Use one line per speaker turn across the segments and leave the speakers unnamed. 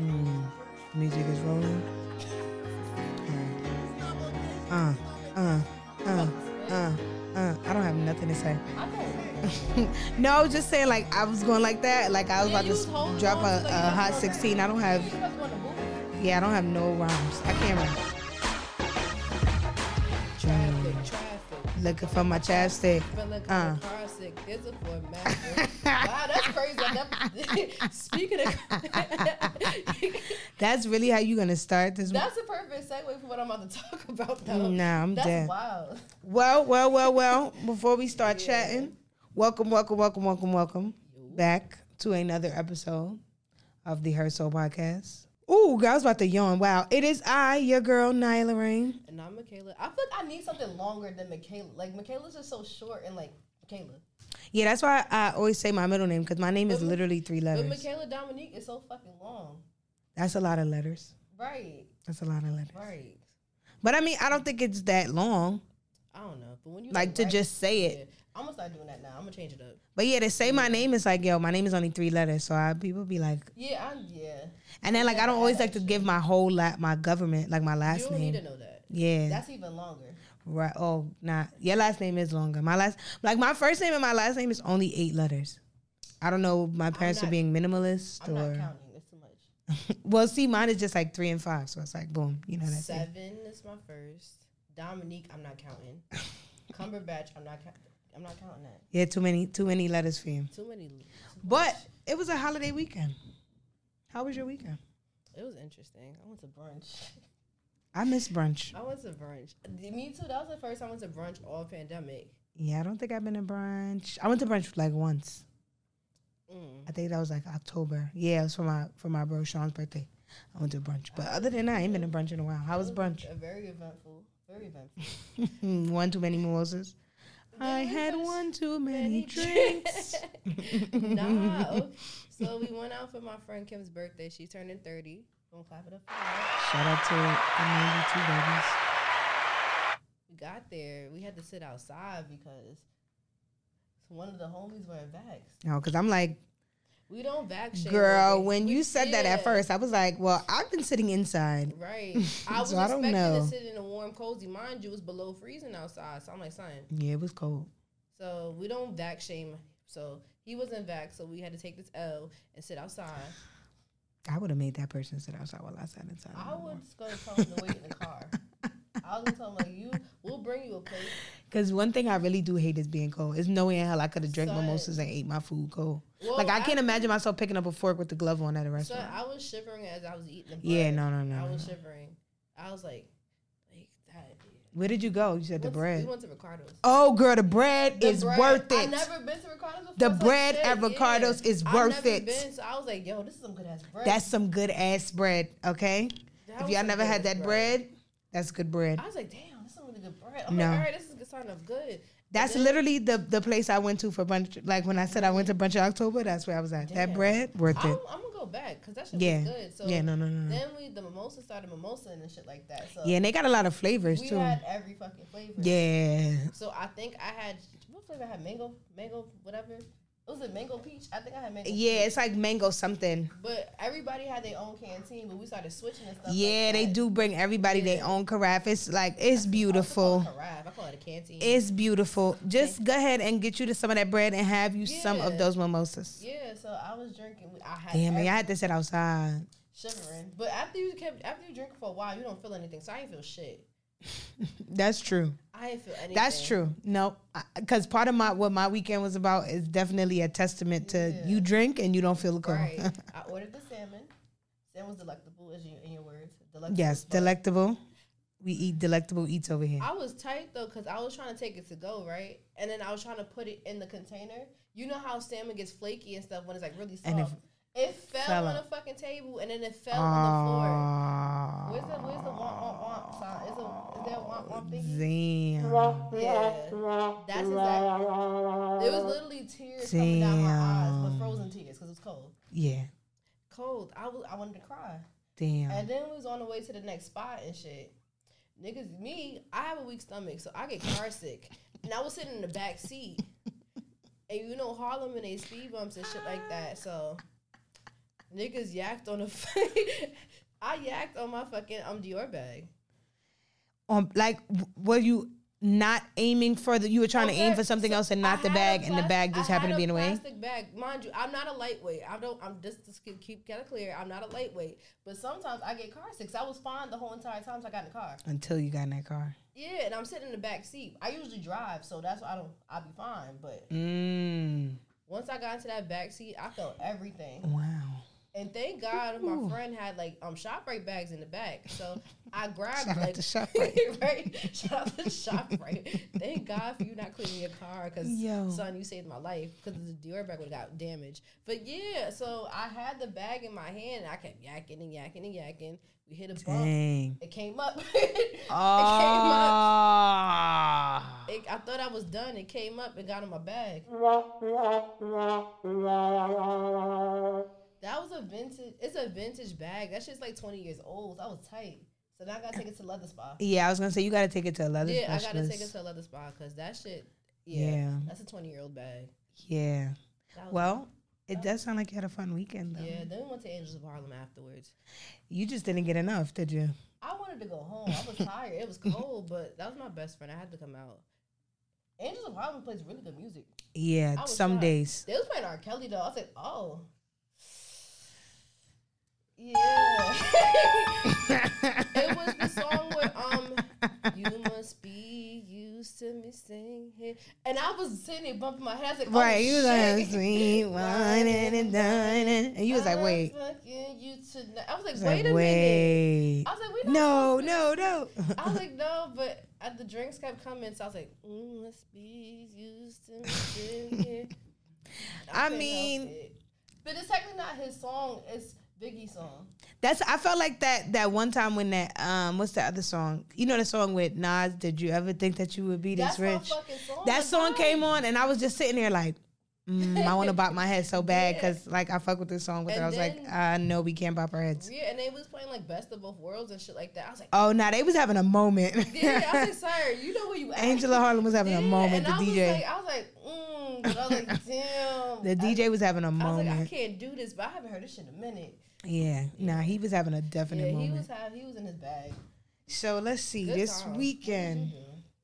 Mm, music is rolling. Uh, uh, uh, uh, uh. I don't have nothing to say.
I know.
No, I was just saying like I was going like that. Like I was
Yeah,
about
you was
to
holding
s- drop
on
a,
to it, you
a
was
hot
holding-
16. I don't have.
You must want to move.
Yeah, I don't have no rhymes. I can't rhyme.
Traffic, traffic.
Looking for my chapstick.
But look,
Uh.
uh. car sick. This is for magic. wow, that's crazy. I never, speaking of,
That's really how you gonna start this.
that's a perfect segue for what I'm about to talk about. Though.
Nah, I'm
that's
dead.
wild.
Well, well, well, well. Before we start chatting, welcome, welcome, welcome, welcome, welcome back to another episode of the Her Soul Podcast. Ooh, girl, I was about to yawn. Wow, it is I, your girl Nyla Rain.
And I'm Michaela. I feel like I need something longer than Michaela. Like Michaela's just so short and like Michaela.
Yeah, that's why I always say my middle name because my name is
But-
literally three
But
letters.
Michaela Dominique is so fucking long.
That's a lot of letters.
Right,
That's a lot of letters.
right.
But I mean, I don't think it's that long,
I don't know. But when you
like to
right-
just say
yeah.
it.
I'm gonna start doing that now. I'm gonna change it up.
But yeah, to say my name is like, yo, my name is only three letters. So I people be like,
Yeah, I'm yeah.
and then like I don't always like to give my whole la- my government like my
you
last
don't
name.
need to know that.
Yeah.
That's even longer.
Right. Oh, nah. Your last name is longer. My last, like my first name and my last name is only eight letters. I don't know. My parents are
not-
being minimalist
I'm not
or
counting. It's too much.
well, see, mine is just like three and five, so it's like boom. You know that's it.
Seven is my first. Dominique, I'm not counting. Cumberbatch, I'm not. Count- I'm not counting that.
Yeah, too many, too many letters for you.
Too many. too
But it was a holiday weekend. How was your weekend?
much. it was interesting. I went to brunch.
I missed brunch.
I went to brunch. Me too. That was the first time I went to brunch all pandemic.
Yeah, I don't think I've been to brunch. I went to brunch like once.
Mm.
I think that was like October. Yeah, it was for my for my bro Sean's birthday. I went to brunch, but other than that, I ain't been to brunch in a while. How was brunch?
A very eventful. Very eventful.
Hmm, one too many mimosas. I had
Mimosas.
one too many
Many
drinks.
nah. oh, So we went out for my friend Kim's birthday. She's turning thirty. Gonna clap it up. For her.
Shout out to the 92 babies.
We got there. We had to sit outside because one of the homies wearing vax.
No, because I'm like,
We don't vax shame.
girl,
nobody.
when
We-
you said that
yeah,
at first, I was like, well, I've been sitting inside.
Right. I was
So I don't
expecting
know.
to sit in a warm, cozy. Mind you, it's below freezing outside. So I'm like, son.
Yeah, it was cold.
So we don't vax shame. So he wasn't vax. So we had to take this L and sit outside.
I would have made that person sit outside while I sat inside.
I was going to tell him to wait in the car. I was going to tell him, like, you, we'll bring you a plate.
Because one thing I really do hate is being cold. There's no way in hell I could have drank
Son.
mimosas and ate my food cold.
Well,
like I can't
I-
imagine myself picking up a fork with the glove on at a
So
restaurant.
I was shivering as I was eating the bread.
yeah, no, no, no.
I
no,
was
no.
shivering. I was like, like that.
Where did you go? You said the
Once- We
bread.
went to Ricardo's.
Oh, girl, the bread
The
is
bread-
worth
I
it.
never been to Ricardo's before.
The
so I was
bread
like,
at
shit,
Ricardo's
yeah.
is
I've
worth
never
it.
Been, so I was like, yo, this is some good ass bread.
That's some good ass bread, okay?
That
if
was
y'all
some
never had
good
that bread, that's good bread.
I was like, damn, this is some really good bread. I'm
No.
like, all right, this is starting off good.
That's
then-
literally the the place I went to for brunch. Like when I said I went to brunch in October, that's where I was at. That
Damn.
bread, worth
I'm,
it.
I'm gonna go back because that shit
Yeah.
was good. So
yeah, no, no, no, no.
Then we the mimosa started mimosa and shit like that. So
Yeah, and they got a lot of flavors
we
too.
had every fucking flavor.
yeah.
So I think I had what flavor I had mango, mango, whatever. It was a mango peach. I think I had mango.
Yeah, it's like mango something.
But everybody had their own canteen, but we started switching and stuff. like
Yeah, they
that.
do bring everybody their own carafe. It's like it's beautiful.
I call it a carafe. I call it a canteen.
It's beautiful. Just go ahead and get you to some of that bread and have you some of
Yeah.
those mimosas.
yeah, so I was drinking. I had
Damn,
every-
man, I had to sit outside.
shivering, but after you kept after you drink for a while, you don't feel anything. So I didn't feel shit.
That's true.
I didn't feel anything.
That's true. No, because part of my what my weekend was about is definitely a testament to
Yeah.
you drink and you don't feel the cold.
Right. I ordered the salmon. Salmon was delectable, as you in your words. Delectable
yes,
as fuck.
delectable. We eat delectable eats over here.
I was tight though because I was trying to take it to go right, and then I was trying to put it in the container. You know how salmon gets flaky and stuff when it's like really soft.
And it
it fell,
fell
on
out.
the fucking table and then it fell on the floor. Where's the where's the womp womp womp sound? Is, a, is there a womp womp thingy?
Damn.
Yeah, that's exactly. It was literally tears coming down my eyes,
Damn.
but frozen tears because it was cold.
Yeah.
Cold. I was. I wanted to cry.
Damn.
And then we was on the way to the next spot and shit. Niggas, me, I have a weak stomach, so I get car sick. and I was sitting in the back seat. And you know Harlem and they speed bumps and shit like that. So Niggas yacked on a. I yacked on my fucking um Dior bag.
Um, like, w- were you not aiming for the? You were trying to aim
Okay,
for something
so
else and not
I
the
had a
bag, and the
plas-
bag just
I
happened
had
to be
a
in the way.
Plastic bag, mind you. I'm not a lightweight. I don't. I'm just just keep, keep kind of clear. I'm not a lightweight, but sometimes I get car sick. So I was fine the whole entire time I got in the car.
Until you got in that car.
Yeah, and I'm sitting in the back seat. I usually drive, so that's why I don't. I'll be fine. But
Mm.
once I got into that back seat, I felt everything.
Wow.
And thank God my friend had like um Shoprite bags in the back, so I grabbed
Shout out
like
to ShopRite.
right. Shout out to Shoprite. thank God for you not cleaning your car, because
Yo.
son, you saved my life. Because the Dior bag would have got damaged. But yeah, so I had the bag in my hand, and I kept yakking and yakking and yakking. We hit a bump.
Dang.
It came up.
Ah.
It, I thought I was done. It came up and got in my bag. That was a vintage. It's a vintage bag. That shit's like twenty years old. I was tight. So now I gotta take it to leather spa.
Yeah, I was gonna say you gotta take it to a leather
Yeah, I
specialist.
gotta take it to leather spa because that shit. Yeah,
Yeah.
that's a twenty year old bag.
yeah.
That was-
Well, um, it does sound like you had a fun weekend though.
yeah. Then we went to Angels of Harlem afterwards.
You just didn't get enough, did you?
I wanted to go home. I was tired. It was cold, but that was my best friend. I had to come out. Angels of Harlem plays really good music. I
Yeah,
was
some
shocked.
days.
They was playing R. Kelly though. I was like, oh. Yeah. it was the song with um You must be used to me singing and I was sitting there bumping my hands like oh,
Right, you was like
shit.
sweet whining and dining, and you was like,
I'm
wait,
fucking you tonight. I was like,
was
wait
like,
a minute.
wait,
I was like, we not
no,
supposed to-
no, no.
I was like, no, but uh, the drinks kept coming, so I was like, mm, must be used to me sitting here.
I
couldn't help
mean-
it. but it's technically not his song. It's Biggie's song.
That's I felt like that that one time when that um what's the other song? You know the song with Nas? Did you ever think that you would be this
That's Oh my
rich?
fucking song.
That
like,
song
why?
came on and I was just sitting there like. Mm, I want to bop my head so bad because like I fuck with this song with her. I
And
was like,
then-
uh, no, we can't bop our heads.
Yeah, and they was playing like Best of Both Worlds and shit like that. I was like,
Oh, now they was having a moment.
yeah, I was like, sir, you know where you at.
Angela Harlem was having a
Yeah,
moment. The
and I
DJ,
Was like, I was like, mm, but I was like, damn.
the DJ was having a
I, I was
moment.
like, I can't do this, but I haven't heard this shit in a minute.
yeah, nah, he was having a definite
Yeah, he
moment.
was have, he was in his bag.
so let's see.
Good Mm-hmm.
This
time. What did you
weekend,
do?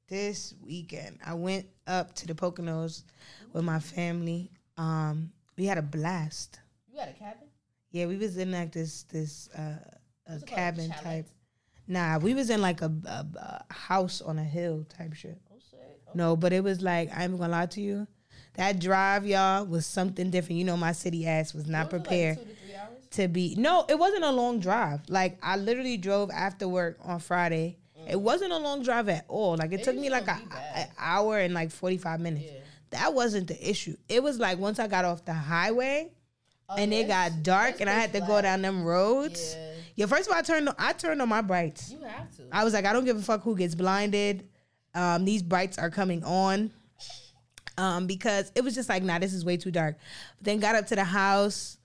this weekend, I went up to the Poconos with my family. Um, we had a blast.
You got a cabin?
Yeah, we was in like this this uh, a
What's it called?
cabin
Chalet?
type. Nah, we was in like a, a, a house on a hill type shit.
Oh shit. Oh,
No, but it was like I'm gonna lie to you, that drive y'all was something different. You know, my city ass was not
was it, like,
prepared
two to three hours?
to be. No, it wasn't a long drive. Like I literally drove after work on Friday. It wasn't a long drive at all. Like it,
Mm. It
took me
usually
like a,
don't be bad.
an hour and like 45 minutes.
Yeah.
That wasn't the issue. It was like once I got off the highway
Oh,
and
yeah,
it got
it's-
dark
it's
and I had to
pitch
go
black.
down them roads.
Yeah,
Yeah, first of all, I turned on, I turned on my brights.
you have to.
I was like, I don't give a fuck who gets blinded. Um, these brights are coming on. Um, because it was just like, nah, this is way too dark. But then got up to the house.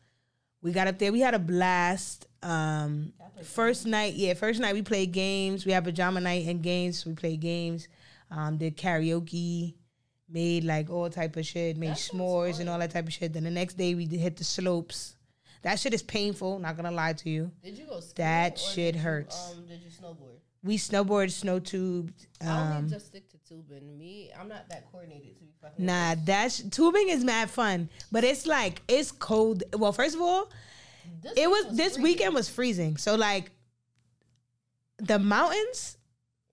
We got up there. We had a blast. Um, first night, yeah, first night we played games. We had pajama night and games. We played games. Um, did karaoke, made like all type of shit, made
That sounds
s'mores
fun.
and all that type of shit. Then the next day we hit the slopes. That shit is painful. Not gonna lie to you.
Did you go skiing?
That
or
shit
did you,
hurts.
um, did you snowboard?
We snowboarded, snow tubed.
I
Um,
only just stick to tubing. Me, I'm not that coordinated to be fucking.
Nah, that's tubing is mad fun, but it's like it's cold. Well, first of all,
This
it
shit
was this
freezing.
weekend was freezing, so like the mountains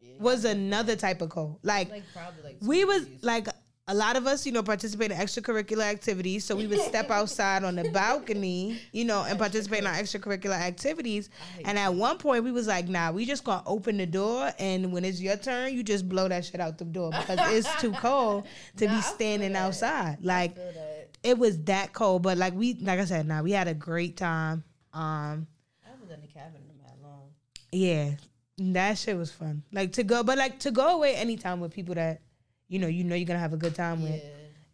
Yeah,
was another type of cold. Like
like probably like
we
two
was
degrees.
like a lot of us, you know, participate in extracurricular activities. So we would step outside on the balcony, you know, and participate in our extracurricular activities.
hate
And at one point, we was like, "Nah, we just gonna open the door, and when it's your turn, you just blow that shit out the door because it's too cold to
Nah,
be
I feel
standing
that.
outside." Like
Feel that.
it was that cold, but like we, like I said, nah, we had a great time. Um,
I haven't done the cabin in that long.
yeah, that shit was fun. Like to go, but like to go away anytime with people that you know, you know, you're gonna have a good time
Yeah,
with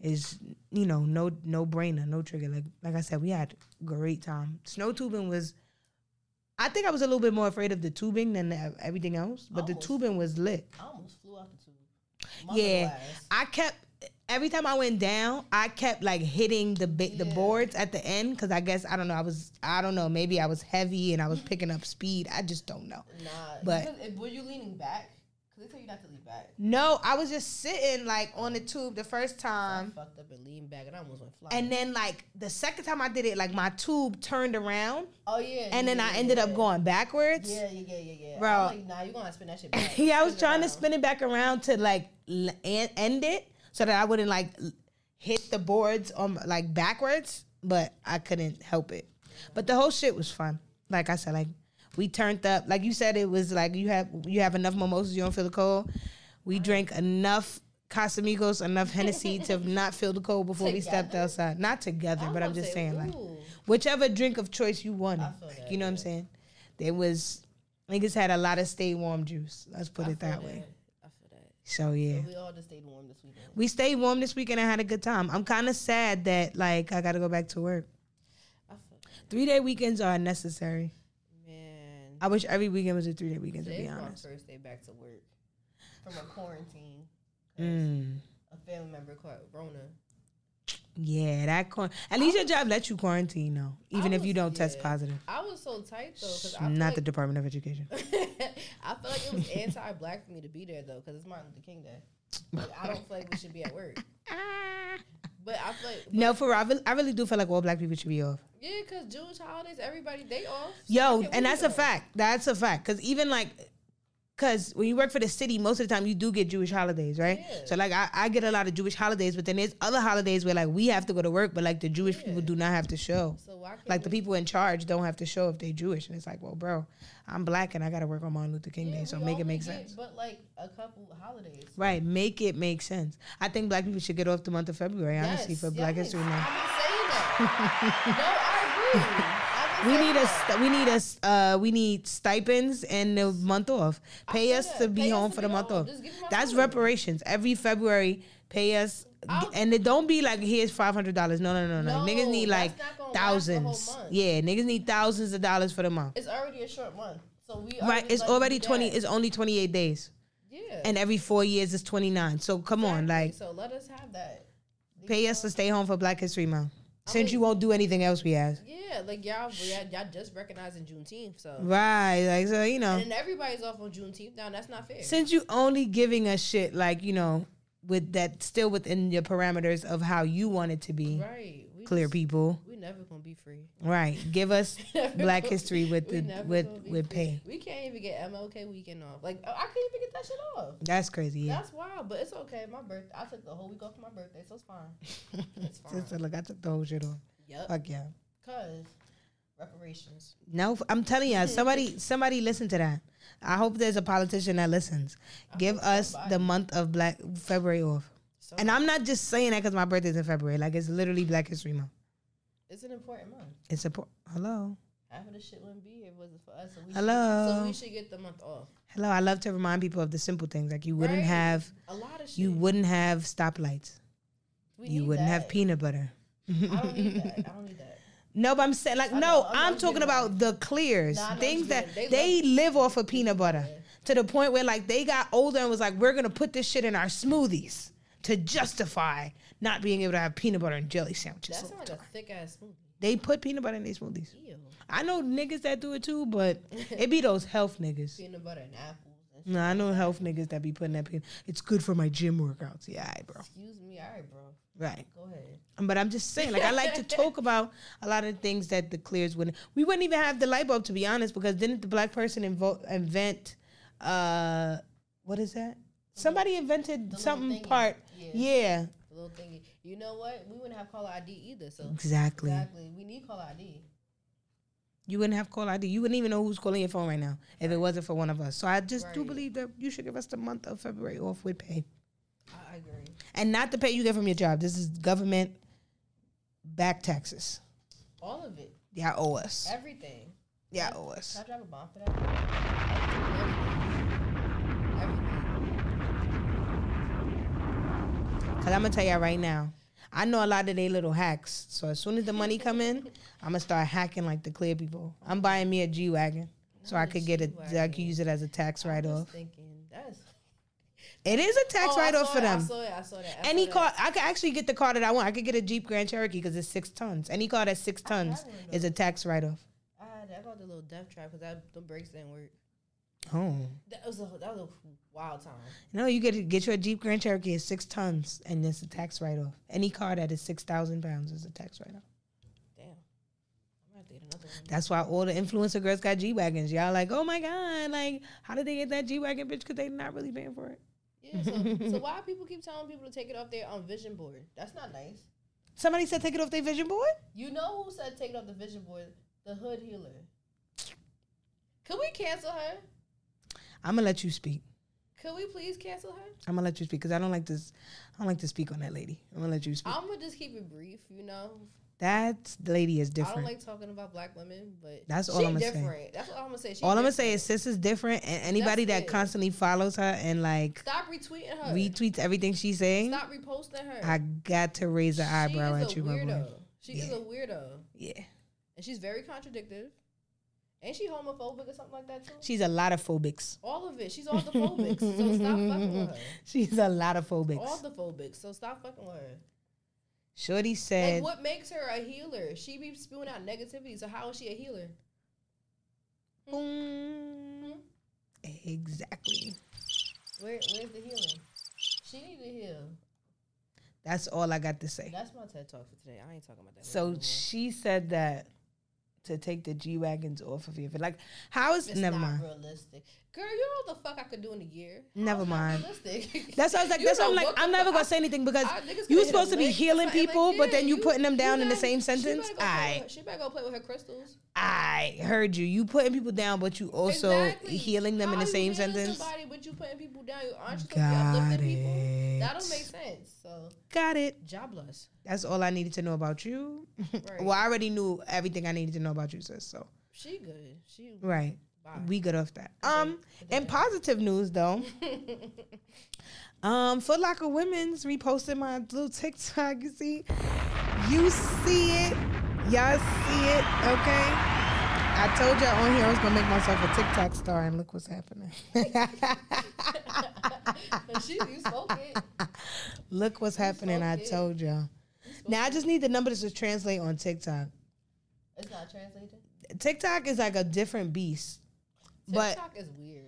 is you know, no, no brainer, no trigger. Like, like I said, we had great time. Snow tubing was. I think I was a little bit more afraid of the tubing than the, everything else, but the
Almost.
tubing was lit.
I almost flew out the tube.
Yeah.
glass.
I kept every time I went down, I kept like hitting the ba- the boards at the end because I guess I don't know. I was I don't know. Maybe I was heavy and I was picking up speed. I just don't know.
Nah,
But-
because if, were you leaning back? Because they tell you not to lean back.
No, I was just sitting like on the tube the first time.
I fucked up and leaned back, and I almost went flying.
Um, And then like the second time I did it, like my tube turned around
oh yeah.
and then
yeah,
I ended up
yeah.
going backwards.
Yeah, yeah, yeah, yeah, yeah.
Bro.
I'm like, nah, you gonna spin that shit back.
yeah, I was
it
trying to
around.
spin it back around to like l- en- end it so that I wouldn't like l- hit the boards on like backwards, but I couldn't help it. But the whole shit was fun. Like I said, like we turned up. Like you said, it was like you have you have enough mimosas, you don't feel the cold. We drank enough Casamigos, enough Hennessy to not feel the cold before we stepped
Together?
outside. Not
I
together,
was
but I'm
gonna
just
say,
saying like
ooh.
whichever drink of choice you wanted.
I feel
Like,
that,
you know what I'm
yeah.
saying? There was niggas had a lot of stay warm juice. Let's put
I
it
feel
that way.
I feel that.
So yeah.
We all just stayed warm this weekend.
We stayed warm this weekend and had a good time. I'm kind of sad that like I got to go back to work.
I feel that.
Three day weekends are necessary.
Man.
I wish every weekend was a three day weekend to
Today's
be
my
honest.
first day back to work from a quarantine. 'cause
Mm.
A family member caught Rona.
Yeah, that cor- at least your job lets you quarantine though, even if
was-
you don't test
yeah.
positive.
I was so tight though, because I
Not
feel
the
like,
Department of Education.
I feel like it was anti-black for me to be there though, because it's Martin Luther King Day. Like, I don't feel like we should be at work. But I feel like
No, for real, I really, I really do feel like all black people should be off.
yeah, because Jewish holidays, everybody they off. So
Yo,
why can't
and
we
that's
be
a
off?
fact. That's a fact. Cause even like, cause when you work for the city, most of the time you do get Jewish holidays, right?
Yeah.
So like, I, I get a lot of Jewish holidays, but then there's other holidays where like we have to go to work, but like the Jewish people do not have to show.
So why can't
Like the
we-
people in charge don't have to show if they Jewish, and it's like, well, bro, I'm black and I gotta work on Martin Luther King
yeah,
Day, so
we
make it
only
make
get
sense.
But like a couple holidays.
Right, make it make sense. I think black people should get off the month of February, honestly,
Yes,
for Black
yes.
History Month.
I've been saying that. no, I agree. I've been
We
saying
need a
that.
st- we need a s- uh, we need stipends and the month off. Pay
said
us
that.
to be
Pay us
home
to
for
be
the month
home.
off.
Just give me my
That's
money.
reparations. Every February, pay us, g-
I'll-
and it don't be like here's five hundred dollars. No, no, no, no.
No,
niggas need
that's
like
not gonna last the whole
thousands.
month.
Yeah, niggas need thousands of dollars for the month.
It's already a short month, so we
Right,
already
it's
let you
already
do
twenty.
that.
It's only twenty eight days,
yeah,
and every four years it's twenty nine. So come on,
exactly.
like
so let us have that.
pay us to stay home for Black History Month. Since
mean-
you won't do anything else, we ask.
Yeah, like y'all, y'all, y'all just recognizing Juneteenth, so
Right, like so you know.
and then everybody's off on Juneteenth now. and That's not fair.
since you only giving us shit like you know with that still within your parameters of how you want it to be
right, we
clear
just-
people
We never gonna be free.
right give us
Never
black
gonna-
history with
we
the
never
with
gonna be
with
free.
pay
We can't even get MLK weekend off. Like I couldn't even get that shit off.
that's crazy yeah
That's wild, but it's okay. My birthday, I took the whole week off for my birthday, so it's fine. It's fine.
Sister, look i took the whole shit off
yep.
fuck yeah
Cause reparations.
no i'm telling you somebody somebody listen to that i hope there's a politician that listens give
hope
us
somebody-
the month of black february off
So
and i'm not just saying that because my birthday's in february like it's literally black history month
it's an important month.
it's a po- hello
Half of the shit wouldn't be here if it wasn't for us. So we
Hello.
Should, so we should get the month off.
hello i love to remind people of the simple things like you wouldn't
Right?
have
a lot of shit.
You wouldn't have stoplights.
We
you
need
wouldn't
that.
have peanut butter.
I don't need that. I don't need that.
No, but I'm saying like
I
no,
know, I know
I'm
what
talking
you mean.
about the clears,
Nah, I know what
things
you
that
mean.
they,
They
live off of peanut butter to the point where like they got older and was like, we're gonna put this shit in our smoothies to justify not being able to have peanut butter and jelly sandwiches.
That
all
sounds
the
like a
time.
thick ass smoothie.
They put peanut butter in their smoothies.
Ew.
I know niggas that do it too, but it be those health niggas.
Peanut butter and apples. And shit.
No, I know health niggas that be putting that peanut. It's good for my gym workouts. Yeah, all right, bro.
Excuse me. All right, bro.
Right.
Go ahead.
But I'm just saying, like I like to talk about a lot of the things that the clears wouldn't. We wouldn't even have the light bulb to be honest, because didn't the black person invo- invent? uh What is that? Somebody invented
little
something
thingy.
part.
Yeah.
Yeah.
The little thingy. You know what? We wouldn't have caller ID either. So
exactly.
exactly, we need caller ID.
You wouldn't have call ID. You wouldn't even know who's calling your phone right now if it wasn't for one of us. So I just do
Right.
believe that you should give us the month of February off with pay,
I I agree.
and not the pay you get from your job. This is government back taxes.
All of it.
Y'all owe us.
Everything.
Y'all owe us.
Can I drive a bomb for that? Everything.
Cause I'm gonna tell y'all right now, I know a lot of they little hacks. So as soon as the money come in, I'm gonna start hacking like the clear people. I'm buying me a G wagon so I could get it. I could use it as a tax
I
write
was
off.
Thinking that's
It is a tax
Oh, I
write off
saw
for
that, I
them.
saw that. I saw that. I
Any
saw
car, I could actually get the car that I want. I could get a Jeep Grand Cherokee because it's six tons. Any car that's six tons
one of
is a tax write off.
That. I, had, I got the little death trap because the brakes didn't work.
Oh.
That was a that was a wild time.
No, you get to get your Jeep Grand Cherokee is six tons and it's a tax write off. Any car that is six thousand pounds is a tax write off.
Damn. I'm gonna have to get another one.
That's why all the influencer girls got G Wagons. Y'all like, oh my God, like how did they get that G Wagon bitch? Cause they not really paying for it.
Yeah, so, so why people keep telling people to take it off their um, vision board? That's not nice.
Somebody said take it off their vision board?
You know who said take it off the vision board? The hood healer. Could we cancel her?
I'ma let you speak.
Could we please cancel her?
I'ma let you speak because I don't like this I don't like to speak on that lady. I'm gonna let you speak.
I'm gonna just keep it brief, you know.
that lady is
I don't
different.
like talking about black women, but
That's all
she
I'ma say.
different. That's all I'm gonna say. She
all I'm gonna
different.
say is sis is different and anybody
That's
that
it.
constantly follows her and like
stop retweeting her.
retweets everything she's saying,
Stop reposting her.
I got to raise an eyebrow
she is
at
a
you, my boy.
weirdo. She is a
Yeah.
weirdo,
Yeah.
and she's very contradictive. Ain't she homophobic or something like that too?
She's a lot of phobics.
all of it. She's all the phobics. so stop fucking with her.
She's a lot of phobics.
All the phobics. So stop fucking with her.
Shorty
Like,
said,
what makes her a healer? She be spewing out negativity. So how is she a healer?
"Mm, exactly.
Where, where's the healing? She need to heal.
That's all I got to say.
That's my TED talk for today. I ain't talking about that.
So
anymore.
she said that to take the G Wagons off of you. But like, how is.
it's
never
not
mind.
realistic, girl. You know what the fuck I could do in a year? How
Never
is that
mind.
Realistic.
That's why I was like,
You
that's why I'm
know
like,
what the
I'm never
fuck-
gonna say anything because
I- niggas
you
could hit
supposed
a
to be
lick.
healing
Like, like,
people, but
yeah,
then you putting them down
you
in the
not-
same
she better
sentence?
go play
Aight.
with- She better go play with her crystals.
I heard you. You putting people down, but you also
Exactly.
healing them in
How
the
you
same
healing
sentence.
Somebody, but you putting people down. You aren't you supposed to be uplifting people? That don't make sense. So
Got it.
jobless.
That's all I needed to know about you.
Right.
well, I already knew everything I needed to know about you, sis. So
She good. She
right,
bye.
we good off that. Um, in positive news though, um, Foot Locker Women's reposted my blue TikTok. You see, you see it, y'all see it. Okay, I told y'all on here I was gonna make myself a TikTok star, and look what's happening.
she you spoke it.
Look what's happening. I
good.
told y'all. Now I just need the numbers to translate on TikTok.
It's not translated.
TikTok is like a different beast. But-
TikTok is weird.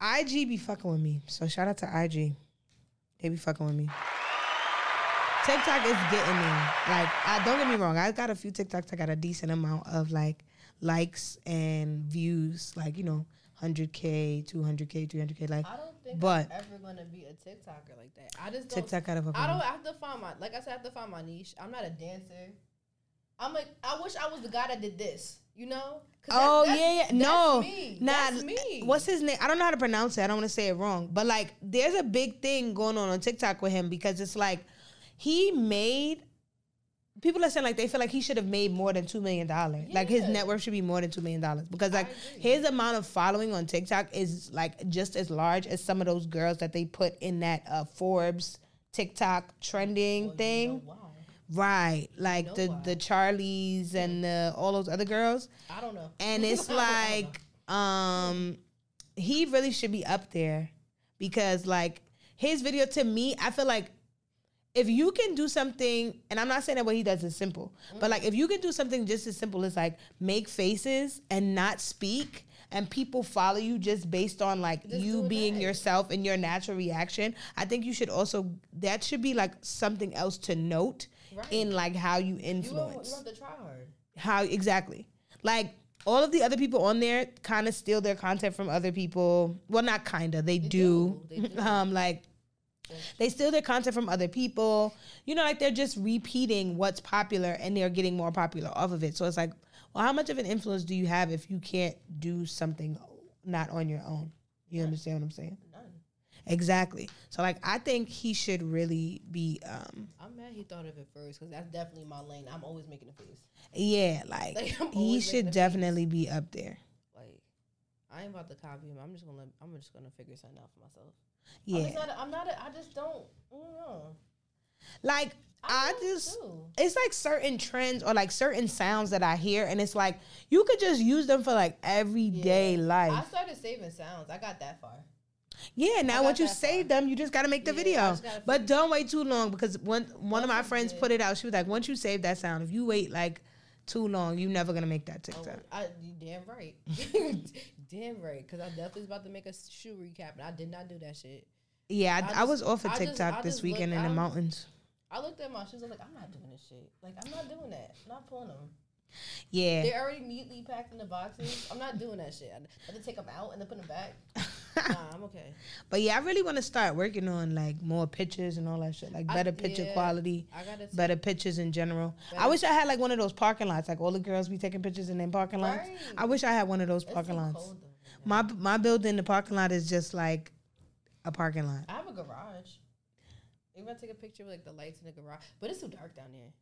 IG be fucking with me. So shout out to IG. They be fucking with me. TikTok is getting me. Like, I don't get me wrong. I got a few TikToks. I got a decent amount of like likes and views. Like, you know, 100K, 200K, 300K. Like,
I don't think
But-
I'm ever gonna be a TikToker like that. I just don't
TikTok got a fucking.
I don't have to find my like I said, I have to find my niche. I'm not a dancer. I'm like I wish I was the guy that did this, you know? 'Cause that-
Oh
that's-
yeah, yeah.
that's
No,
me.
nah.
That's me.
What's his name? I don't know how to pronounce it. I don't want to say it wrong. But like, there's a big thing going on on TikTok with him because it's like he made. People are saying like they feel like he should have made more than two million dollars. Like his
Yeah.
net worth should be more than two million dollars because like
agree.
his amount of following on TikTok is like just as large as some of those girls that they put in that uh, Forbes TikTok trending thing.
Oh, You know
Right,
why?
like
know
the
why.
the Charlies and the, all those other girls
I don't know.
and it's
I don't know.
like um he really should be up there because like his video to me i feel like if you can do something and i'm not saying that what he does is simple but like if you can do something just as simple as like make faces and not speak and people follow you just based on like
Just
you
do
being
that.
yourself and your natural reaction i think you should also that should be like something else to note
Right.
in like how you
you don't, you
influence
don't have to try hard.
how exactly like all of the other people on there kind of steal their content from other people well not kind of they, do,
do, they do.
um like they steal their content from other people you know like they're just repeating what's popular and they're getting more popular off of it so it's like well how much of an influence do you have if you can't do something not on your own you understand what i'm saying
None.
exactly so like i think he should really be um
I'm mad he thought of it first because that's definitely my lane. I'm always making a face.
yeah like,
Like, I'm
he
always making
should
a face.
definitely be up there
Like I ain't about to copy him. I'm just gonna let, I'm just gonna figure something out for myself. I'm
yeah
just not. A, I'm not. A, I just don't. I don't know.
Like I,
don't
just
do.
it's like certain trends or like certain sounds that I hear and it's like you could just use them for like everyday
I
life.
started saving sounds. I got that far.
Yeah, now
got
once you
that
save them, you just gotta make the
Yeah, I
video.
just gotta
But don't wait too long because one one of
That's
my
what
friends
I did.
put it out. She was like, once you save that sound, if you wait like too long, you never gonna make that
Oh,
TikTok.
I, you damn right. damn right. Because I definitely was about to make a shoe recap, and I did not do that shit.
Yeah, I,
I
I was
just-
off of
I just-
TikTok
I
this
just
weekend in
looked
the
out.
mountains.
I looked at my shoes. I was like, I'm not doing this shit. Like, I'm not doing that. I'm not pulling them.
Yeah,
They're already neatly packed in the boxes. I'm not doing that shit. I have to take them out and then put them back. Nah, I'm okay.
but yeah, I really want to start working on like more pictures and all that shit, like
I-
better picture
yeah.
quality,
I gotta take
better pictures in general. I
Better-
wish I had like one of those parking lots, like all the girls be taking pictures in their parking lots.
Right.
I wish I had one of those
It's
parking
so
lots.
cold, though.
My my building, the parking lot is just like a parking lot.
I have a garage. You want to take a picture with like the lights in the garage, but it's so dark down there.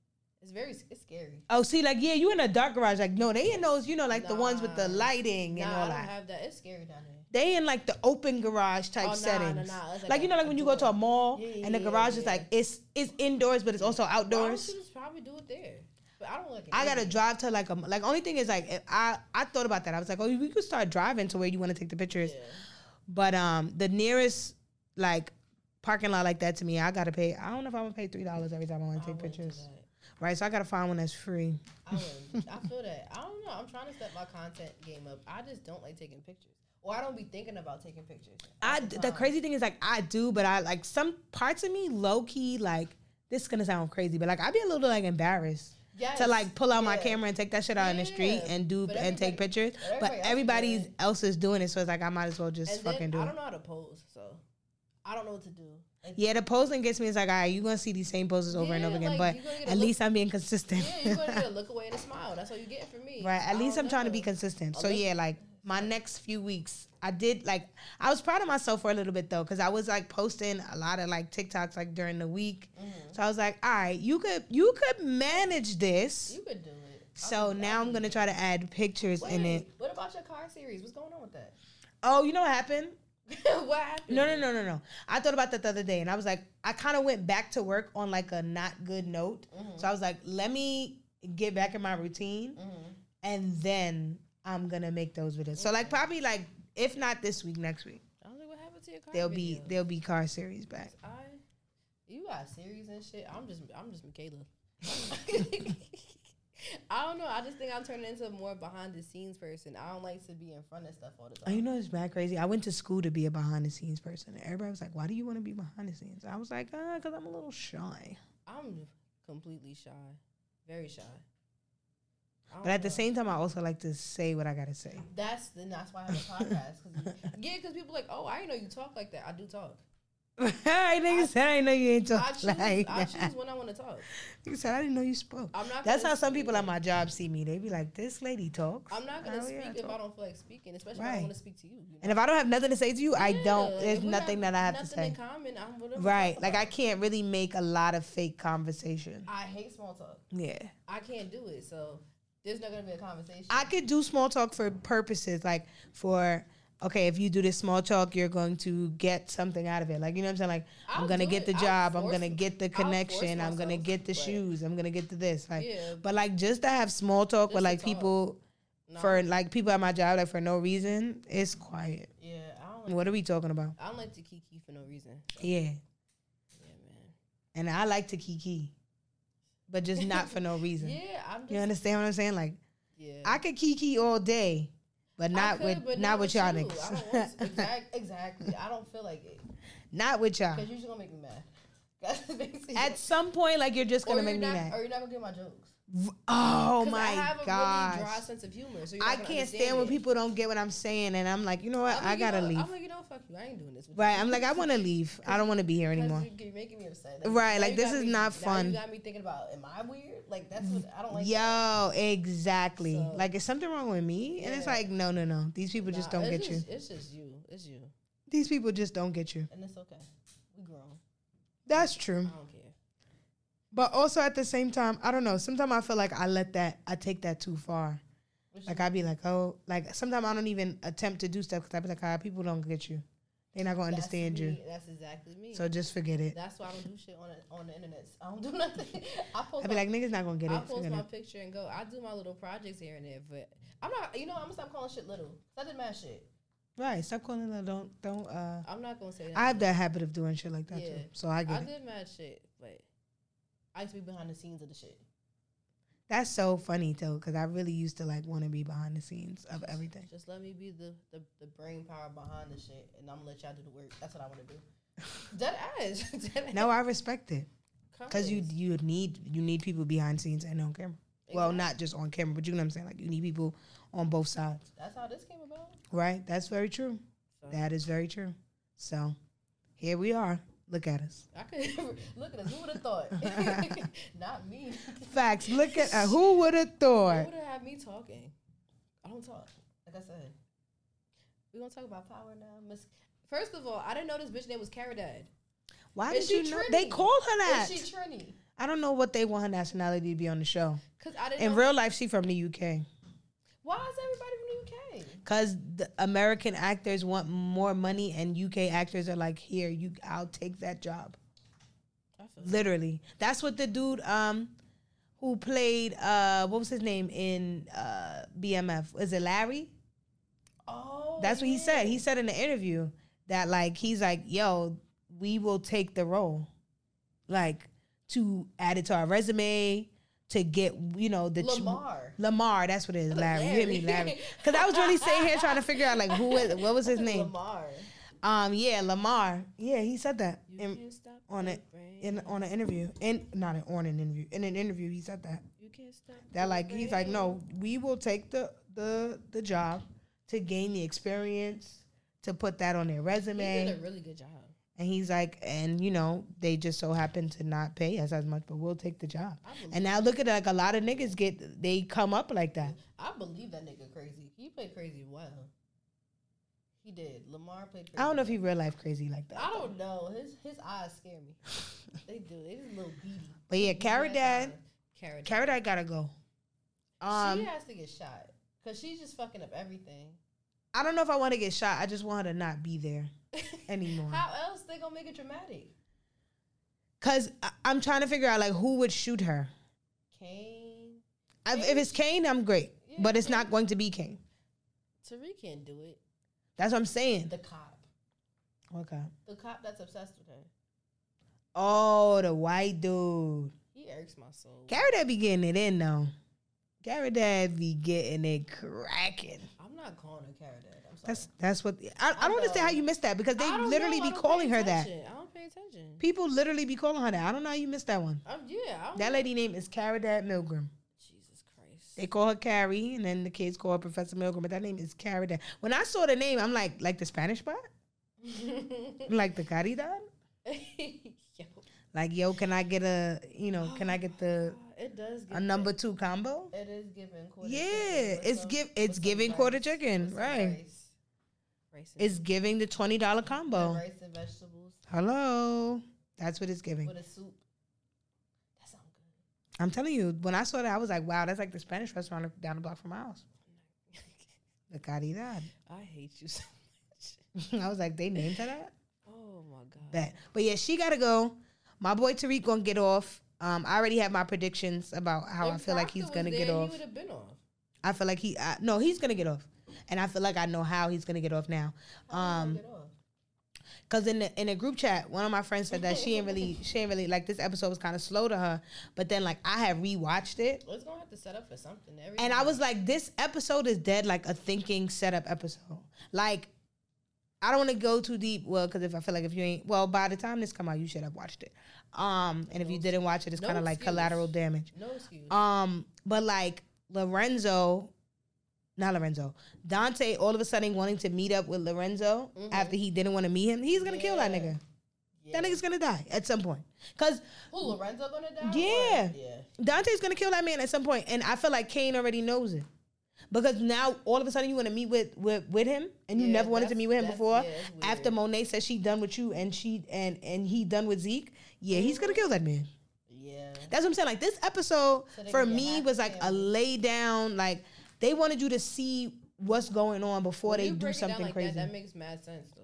It's very s- it's scary.
Oh, see, like yeah, you in a dark garage. Like no, they in those, you know, like the ones with the
Nah.
lighting and
nah,
all
I don't
that.
have that. It's scary down there.
they in like the open garage type
Oh, nah,
settings.
nah, nah. It's
Like,
like
you
a-
know, like
a
when you go to a
door.
mall
Yeah, yeah,
and the
yeah,
garage is
yeah.
like it's it's indoors, but it's also
Why don't
outdoors.
you just probably do it there? But I don't like it.
I gotta
either.
drive to like a like. Only thing is like if I I thought about that. I was like, oh, we could start driving to where you want to take the pictures.
Yeah.
But um, the nearest like parking lot like that to me, I gotta pay. I don't know if I'm gonna pay three dollars every time I want
I
to take
wouldn't do
pictures.
that.
Right, so I gotta find one that's free.
I wouldn't. I feel that. I don't know. I'm trying to step my content game up. I just don't like taking pictures, or I don't be thinking about taking pictures.
I
at
d- the
time.
crazy thing is like I do, but I like some parts of me low key like this is gonna sound crazy, but like I'd be a little like embarrassed
Yes,
to like pull out my
yeah.
camera and take that shit out in the street
Yeah,
and do
but
and take
everybody-
pictures.
but
But
everybody
everybody
else is
else is doing it, so it's like I might as well just
And then
fucking do
I
it.
don't know how to pose, so I don't know what to do. Like,
Yeah, the posing gets me. It's like, all right, you're gonna see these same poses over and
Yeah,
over again, but
like, you gonna get a
at
look-
least I'm being consistent.
Yeah, you're gonna get a look away and a smile. That's all you get from me.
Right. At
I
least
don't
I'm trying to
know.
be consistent. So
Unless-
yeah, like my next few weeks, I did like I was proud of myself for a little bit though, because I was like posting a lot of like TikToks like during the week.
Mm-hmm.
So I was like, all right, you could you could manage this.
You could do it.
so now I'm gonna try to add pictures
Wait,
in it.
What about your car series? What's going on with that?
Oh, you know what happened?
what happened?
No, no, no, no, no. I thought about that the other day, and I was like, I kind of went back to work on like a not good note.
Mm-hmm.
So I was like, let me get back in my routine,
Mm-hmm.
and then I'm gonna make those videos. So like probably like if not this week, next week
I was like, what happened to your car?
they'll be
video?
they'll be car series back.
I, you got series and shit. I'm just, I'm just Michaela. I don't know. I just think I'm turning into more behind the scenes person. I don't like to be in front of stuff all the
Oh,
time.
you know it's bad crazy. I went to school to be a behind the scenes person. Everybody was like, "Why do you want to be behind the scenes?" I was like, "Uh, because I'm a little shy."
I'm completely shy, very shy. I
But
don't
at the
know.
same time, I also like to say what I gotta say.
That's then that's why I have a podcast. Cause you- yeah, because people like, oh, I didn't know you talk like that. I do talk.
I nigga said I didn't know you ain't
I
talk
choose.
like
I
that.
choose when I want to talk.
You said I didn't know you spoke.
I'm not.
That's how
gonna
some people
speak-
at my job see me. They be like, "This lady talks."
I'm not gonna
Hell
speak
yeah, I
if I
talk.
don't feel like speaking, especially if I
Right.
want to speak to you. you know?
And if I don't have nothing to say to you, I
Yeah,
don't. There's
if we
nothing that I have to
nothing
say.
in common, I'm whatever.
Right? Like I can't really make a lot of fake conversation.
I hate small talk.
Yeah,
I can't do it. So there's not gonna be a conversation.
I could do small talk for purposes, like for okay, if you do this small talk, you're going to get something out of it. Like you know what I'm saying? Like i am
I'll
gonna
do
get
it.
the
I'll
job. I'm
force-
gonna get the
I'll force
connection. I'm gonna
myself,
get the
but-
shoes. I'm gonna get to this. Like,
Yeah.
but like just to have small talk
Just
with
to
like
talk.
people.
Nah,
For like people at my job, like for no reason, it's quiet.
yeah, I don't. Like,
What are we talking about?
I don't like to kiki for no reason.
Yeah.
Yeah, man.
And I like to kiki, but just not for no reason.
Yeah, I'm just.
You understand what I'm saying? Like
yeah.
I could kiki all day, but
I
not
could,
with
but
not, with y'all
you. I don't want to,
niggas.
exact, exactly. I don't feel like it
not with y'all.
because you're just gonna make me mad. That's basically.
At some point, like you're just
or
gonna
you're
make me
not,
mad.
Or you're not gonna get my jokes.
V- Oh
'Cause I
my
have a
gosh.
really dry sense of humor. So you're not
I
gonna
can't
understand
stand when
it.
people don't get what I'm saying, and I'm like, you know what?
I'm like,
I
you
gotta
know-
leave.
I'm like, you know, fuck you. I ain't doing this. With
right?
you.
I'm like, I want to leave. I don't want to be here
'Cause
anymore.
you- You're making me upset.
Right,
now
like,
you
this
got
is
me-
not
now
fun.
You got me thinking about, am I weird? Like that's what I don't like. that.
Yo, exactly.
So-
like, is something wrong with me? And it's
Yeah.
like, no, no, no. These people just
Nah,
don't get
it's
you.
just- It's just you. It's you,
These people just don't get you.
and it's okay. We grown.
That's
I
true.
don't care.
But also at the same time, I don't know. Sometimes I feel like I let that, I take that too far.
What
Like I be like, oh, like sometimes I don't even attempt to do stuff because I be like, ah, people don't get you. They're not gonna
That's
understand you.
me. That's exactly me.
So just forget it.
that's why I don't do shit on the, on the internet. I don't do nothing. I post
I be
my
like, niggas not gonna get
I
it.
post
Forget
my
it.
picture and go. I do my little projects here and there, but I'm not. You know, I'm gonna stop calling shit little. 'Cause I did mad shit.
Right. Stop calling her. Don't don't. Uh,
I'm not gonna say that.
I have that habit of doing shit like that
Yeah.
too. So I get
I
it.
did mad shit, but I used to be behind the scenes of the shit.
That's so funny though, because I really used to like want to be behind the scenes of everything.
Just let me be the, the, the brain power behind the shit, and I'm gonna let y'all do the work. That's what I want to do. Dead ass. Dead
No, I respect it
ass.
because you you need you need people behind scenes and on camera. Well,
Exactly.
not just on camera, but you know what I'm saying. Like you need people on both sides,
That's how this came about.
right? That's very true.
So
That is very true. So here we are. Look at us.
I could look at us. Who would have thought? not me.
Facts. Look at uh, who would have
Who
thought.
would have had me talking? I don't talk. Like I said, we gonna talk about power now. Miss. First of all, I didn't know this bitch name was Cara Dad.
Why
Is
did
she
you know
Trini?
they call her that?
Is she Trini?
I don't know what they want her nationality to be on the show.
Cause I didn't.
In
know,
real life, she from the UK.
why is everybody from the UK?
Cause the American actors want more money, and UK actors are like, "Here, you, I'll take that job."
I feel
Literally, that's what the dude um, who played uh, what was his name in uh, BMF? Is it Larry?
Oh,
That's what he said. He said in the interview that like he's like, "Yo, we will take the role, like to add it to our resume to get you know the ch-
Lamar.
Lamar, that's what it is, Larry. You hear me,
Larry.
Larry? Because I was really sitting here trying to figure out like who is what was his name.
Lamar.
Um, yeah, Lamar. Yeah, he said that
You
in,
can't stop
on
the
it
rain.
in on an interview. In not an, on an interview. In an interview, he said that
you can't stop.
that
the
like he's like,
rain.
no, we will take the the the job to gain the experience to put that on their
He
resume.
did a really good job.
and he's like, and you know, they just so happen to not pay us as much, but we'll take the job.
I believe,
And now look at like a lot of niggas get they come up like that.
I believe that nigga crazy. He played crazy well. He did. Lamar played. Crazy
I don't know if he real life crazy like that.
I don't know. His his eyes scare me. they do. They just little beady.
But yeah, Cara Dad,
Carrot. Dad.
Cara Dad gotta go.
she
Um,
has to get shot because she's just fucking up everything.
I don't know if I want to get shot. I just want her to not be there anymore.
How else they gonna make it dramatic?
Cause I- I'm trying to figure out like who would shoot her.
Kane.
I, if it's Kane, I'm great,
Yeah,
but it's
Kane.
not going to be Kane.
Tariq can't do it.
That's what I'm saying.
The cop.
Okay.
The cop that's obsessed with her.
Oh, the white dude.
He irks my soul.
Cara Dad be getting it in though. Cara Dad be getting it cracking.
I'm not calling her Cara Dad. I'm sorry.
That's that's what I, I
I
don't understand
know.
how you missed that because they
I don't
literally
know, I
be
don't
calling
pay
her that.
attention. I don't pay attention.
People literally be calling her that. I don't know how you missed that one.
I'm, yeah. I don't
That lady name is Cara Dad Milgram.
Jesus Christ.
They call her Carrie, and then the kids call her Professor Milgram, but that name is Carrie. Dan. When I saw the name, I'm like, like the Spanish part, like the Caridad,
Yo.
like yo, can I get a, you know, can I get the
Oh It does.
a
give
number two combo?
It is giving quarter.
Yeah,
chicken with
it's
some-
give-
with
it's
some
giving quarter
rice,
chicken,
with some
right.
rice. Rice and,
It's giving the twenty dollar
and
combo.
rice and vegetables
Hello, that's what it's giving.
with a soup. That sounds good.
I'm telling you, when I saw that, I was like, wow, that's like the Spanish restaurant down the block from my house, the Caridad.
I hate you so much.
I was like, they named her that.
Oh my god.
Bet. But yeah, she gotta go. My boy Tariq gonna get off. Um, I already have my predictions about how I
If
feel like
Proctor
he's
was
gonna
there,
get
He
off.
would have been off.
I feel like he I, no, he's gonna get off, and I feel like I know how he's gonna get off now.
How
Um,
did he get off?
cause in the in a group chat, one of my friends said that she ain't really she ain't really like this episode was kind of slow to her, but then like I had rewatched it,
Well, it's gonna have to set up for something. Every
and I was like, this episode is dead like a thinking setup episode. Like, I don't want to go too deep, well, cause if I feel like if you ain't well by the time this come out, you should have watched it. Um, and if you didn't watch it, it's
No
kind of like
excuse.
collateral damage.
no excuse.
Um, but like Lorenzo, not Lorenzo, Dante all of a sudden wanting to meet up with Lorenzo
Mhm.
after he didn't want to meet him, he's gonna kill that
Yeah.
nigga.
yeah.
That nigga's gonna die at some point. Cause
Who Lorenzo gonna die? or-
Yeah.
yeah.
Dante's gonna kill that man at some point, and I feel like Kane already knows it. Because now all of a sudden you want to meet with, with with him, and you
Yeah,
never wanted to
that's-
meet with him
that's-
before.
yeah, it's weird.
After Monet says she done with you, and she and and he done with Zeke, yeah, he's
Mm-hmm.
gonna kill that man.
Yeah.
That's what I'm saying. Like this episode
So they
for
can get
me
half
was like a
family.
lay down. Like they wanted you to see what's going on before
When
they
you
do
break it down
something
like
crazy.
That, that makes mad sense though.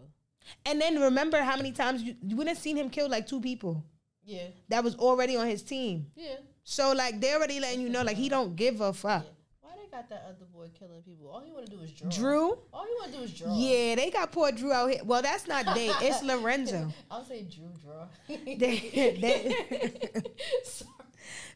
and then remember how many times you, you wouldn't have seen him kill like two people
Yeah.
that was already on his team.
Yeah.
So like they're already letting you know like he don't give a fuck.
Why they got that other boy killing people. All he want to do is draw.
Drew.
All he want to do is draw.
Yeah, they got poor Drew out here. Well, that's not they. It's Lorenzo.
I'll say Drew draw.
They- they-
Sorry.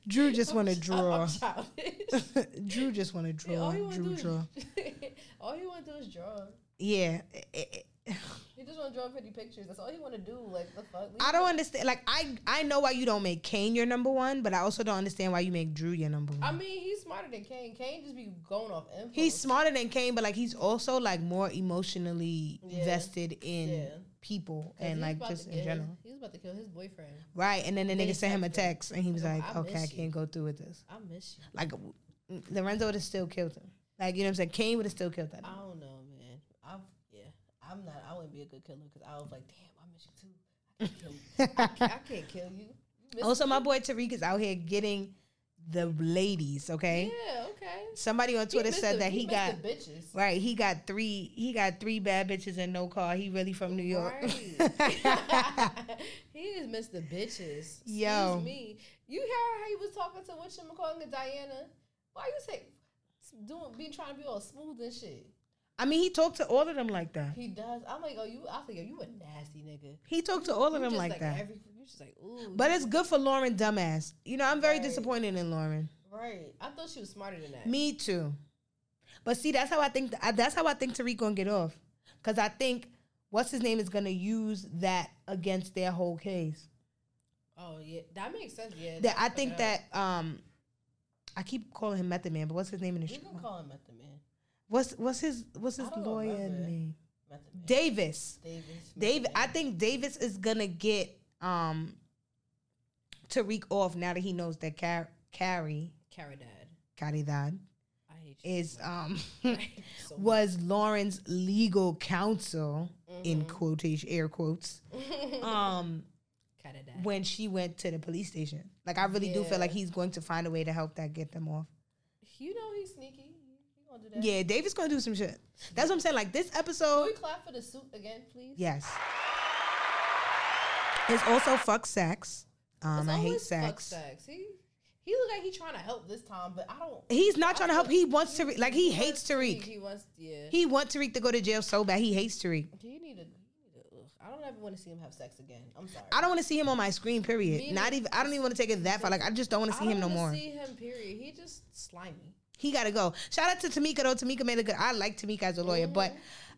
Drew just
I'm
want to
chi- I'm
draw.
childish.
Drew just want to
Yeah,
draw.
wanna
Drew draw.
Is, all he want to do is draw.
Yeah. eh, I- I-
He just want to draw pretty pictures. That's all he want to do. Like the fuck. Leave
I don't
him-
understand. Like I, I know why you don't make Kane your number one, but I also don't understand why you make Drew your number
I
one.
mean, he's smarter than Kane. Kane just be going off info.
He's smarter than Kane, but like he's also like more emotionally
Yeah.
vested in
Yeah.
people
'Cause
and
he's
like
about to
just
get
in
his-
general,
He was about to kill his boyfriend.
right? And then the
They
nigga sent him a
text him.
text, and he was
Like,
like,
"I
"Okay, I
miss you."
can't go through with this."
I miss you.
Like Lorenzo would have still killed him. Like you know what I'm saying? Kane would have still killed that.
I don't know, man. I'm yeah. I'm not. I wouldn't be a good killer because I was like, damn, I miss you too. I can't kill you. I, can't, I can't kill you. You miss
Also,
me?
my boy Tariq is out here getting the ladies. Okay,
Yeah. Okay.
somebody on
He
Twitter
missed
said
the-
that he,
missed
got
the bitches.
Right, he got three. He got three bad bitches and no car. He really from New York.
Right. he just missed the bitches.
Yo.
Excuse me. You hear how he was talking to what you calling and Diana? Why you say doing be trying to be all smooth and shit?
I mean, he talked to all of them like that.
He does. I'm like, oh, you. I think, yo, you a nasty nigga.
He talked to all of
You
them
just
like, that.
Every, you just like, ooh.
but it's good for Lauren, dumbass. You know, I'm very
Right.
disappointed in Lauren.
right. I thought she was smarter than that.
Me too. But see, that's how I think. I- That's how I think Tariq gonna get off, because I think what's his name is gonna use that against their whole case.
Oh yeah, that makes sense. Yeah.
That I
fuck
think
it up.
that um, I keep calling him Method Man, but what's his name in the
we
show?
can call him Method Man.
What's what's his what's his
I don't
lawyer
remember.
name?
Method Man.
Davis.
Davis.
Dave,
Method Man.
I think Davis is gonna get um Tariq off now that he knows that Car- Carrie
Cara Dad.
Caridad
I hate you.
is um
So
was Lauren's legal counsel in
Mhm.
quotation air quotes um
Cara Dad.
when she went to the police station. Like I really do
Yeah.
feel like he's going to find a way to help that get them off.
You know he's sneaky. He gonna do that.
Yeah, Davis gonna do some shit. That's what I'm saying. Like this episode
Can we clap for the suit again, please?
Yes. It's also fuck sex.
It's
Um, I hate
always
sex.
Fuck sex. He he look like he trying to help this time, but I don't.
He's not
I
trying to help.
feel-
He wants Tariq. Like he hates
wants Tariq.
Tariq.
He wants yeah. He,
He wants Tariq to go to jail so bad. He hates Tariq.
need to. he need to- ugh. I don't ever want to see him have sex again. I'm sorry.
I don't want to see him on my screen. Period.
Me
not
neither.
even. I don't even want to take it that far. Like I just don't want to see
I
him no
wanna
more.
See him. Period. He just slimy.
he gotta go. Shout out to Tamika though. Tamika made a good. I like Tamika as a lawyer, but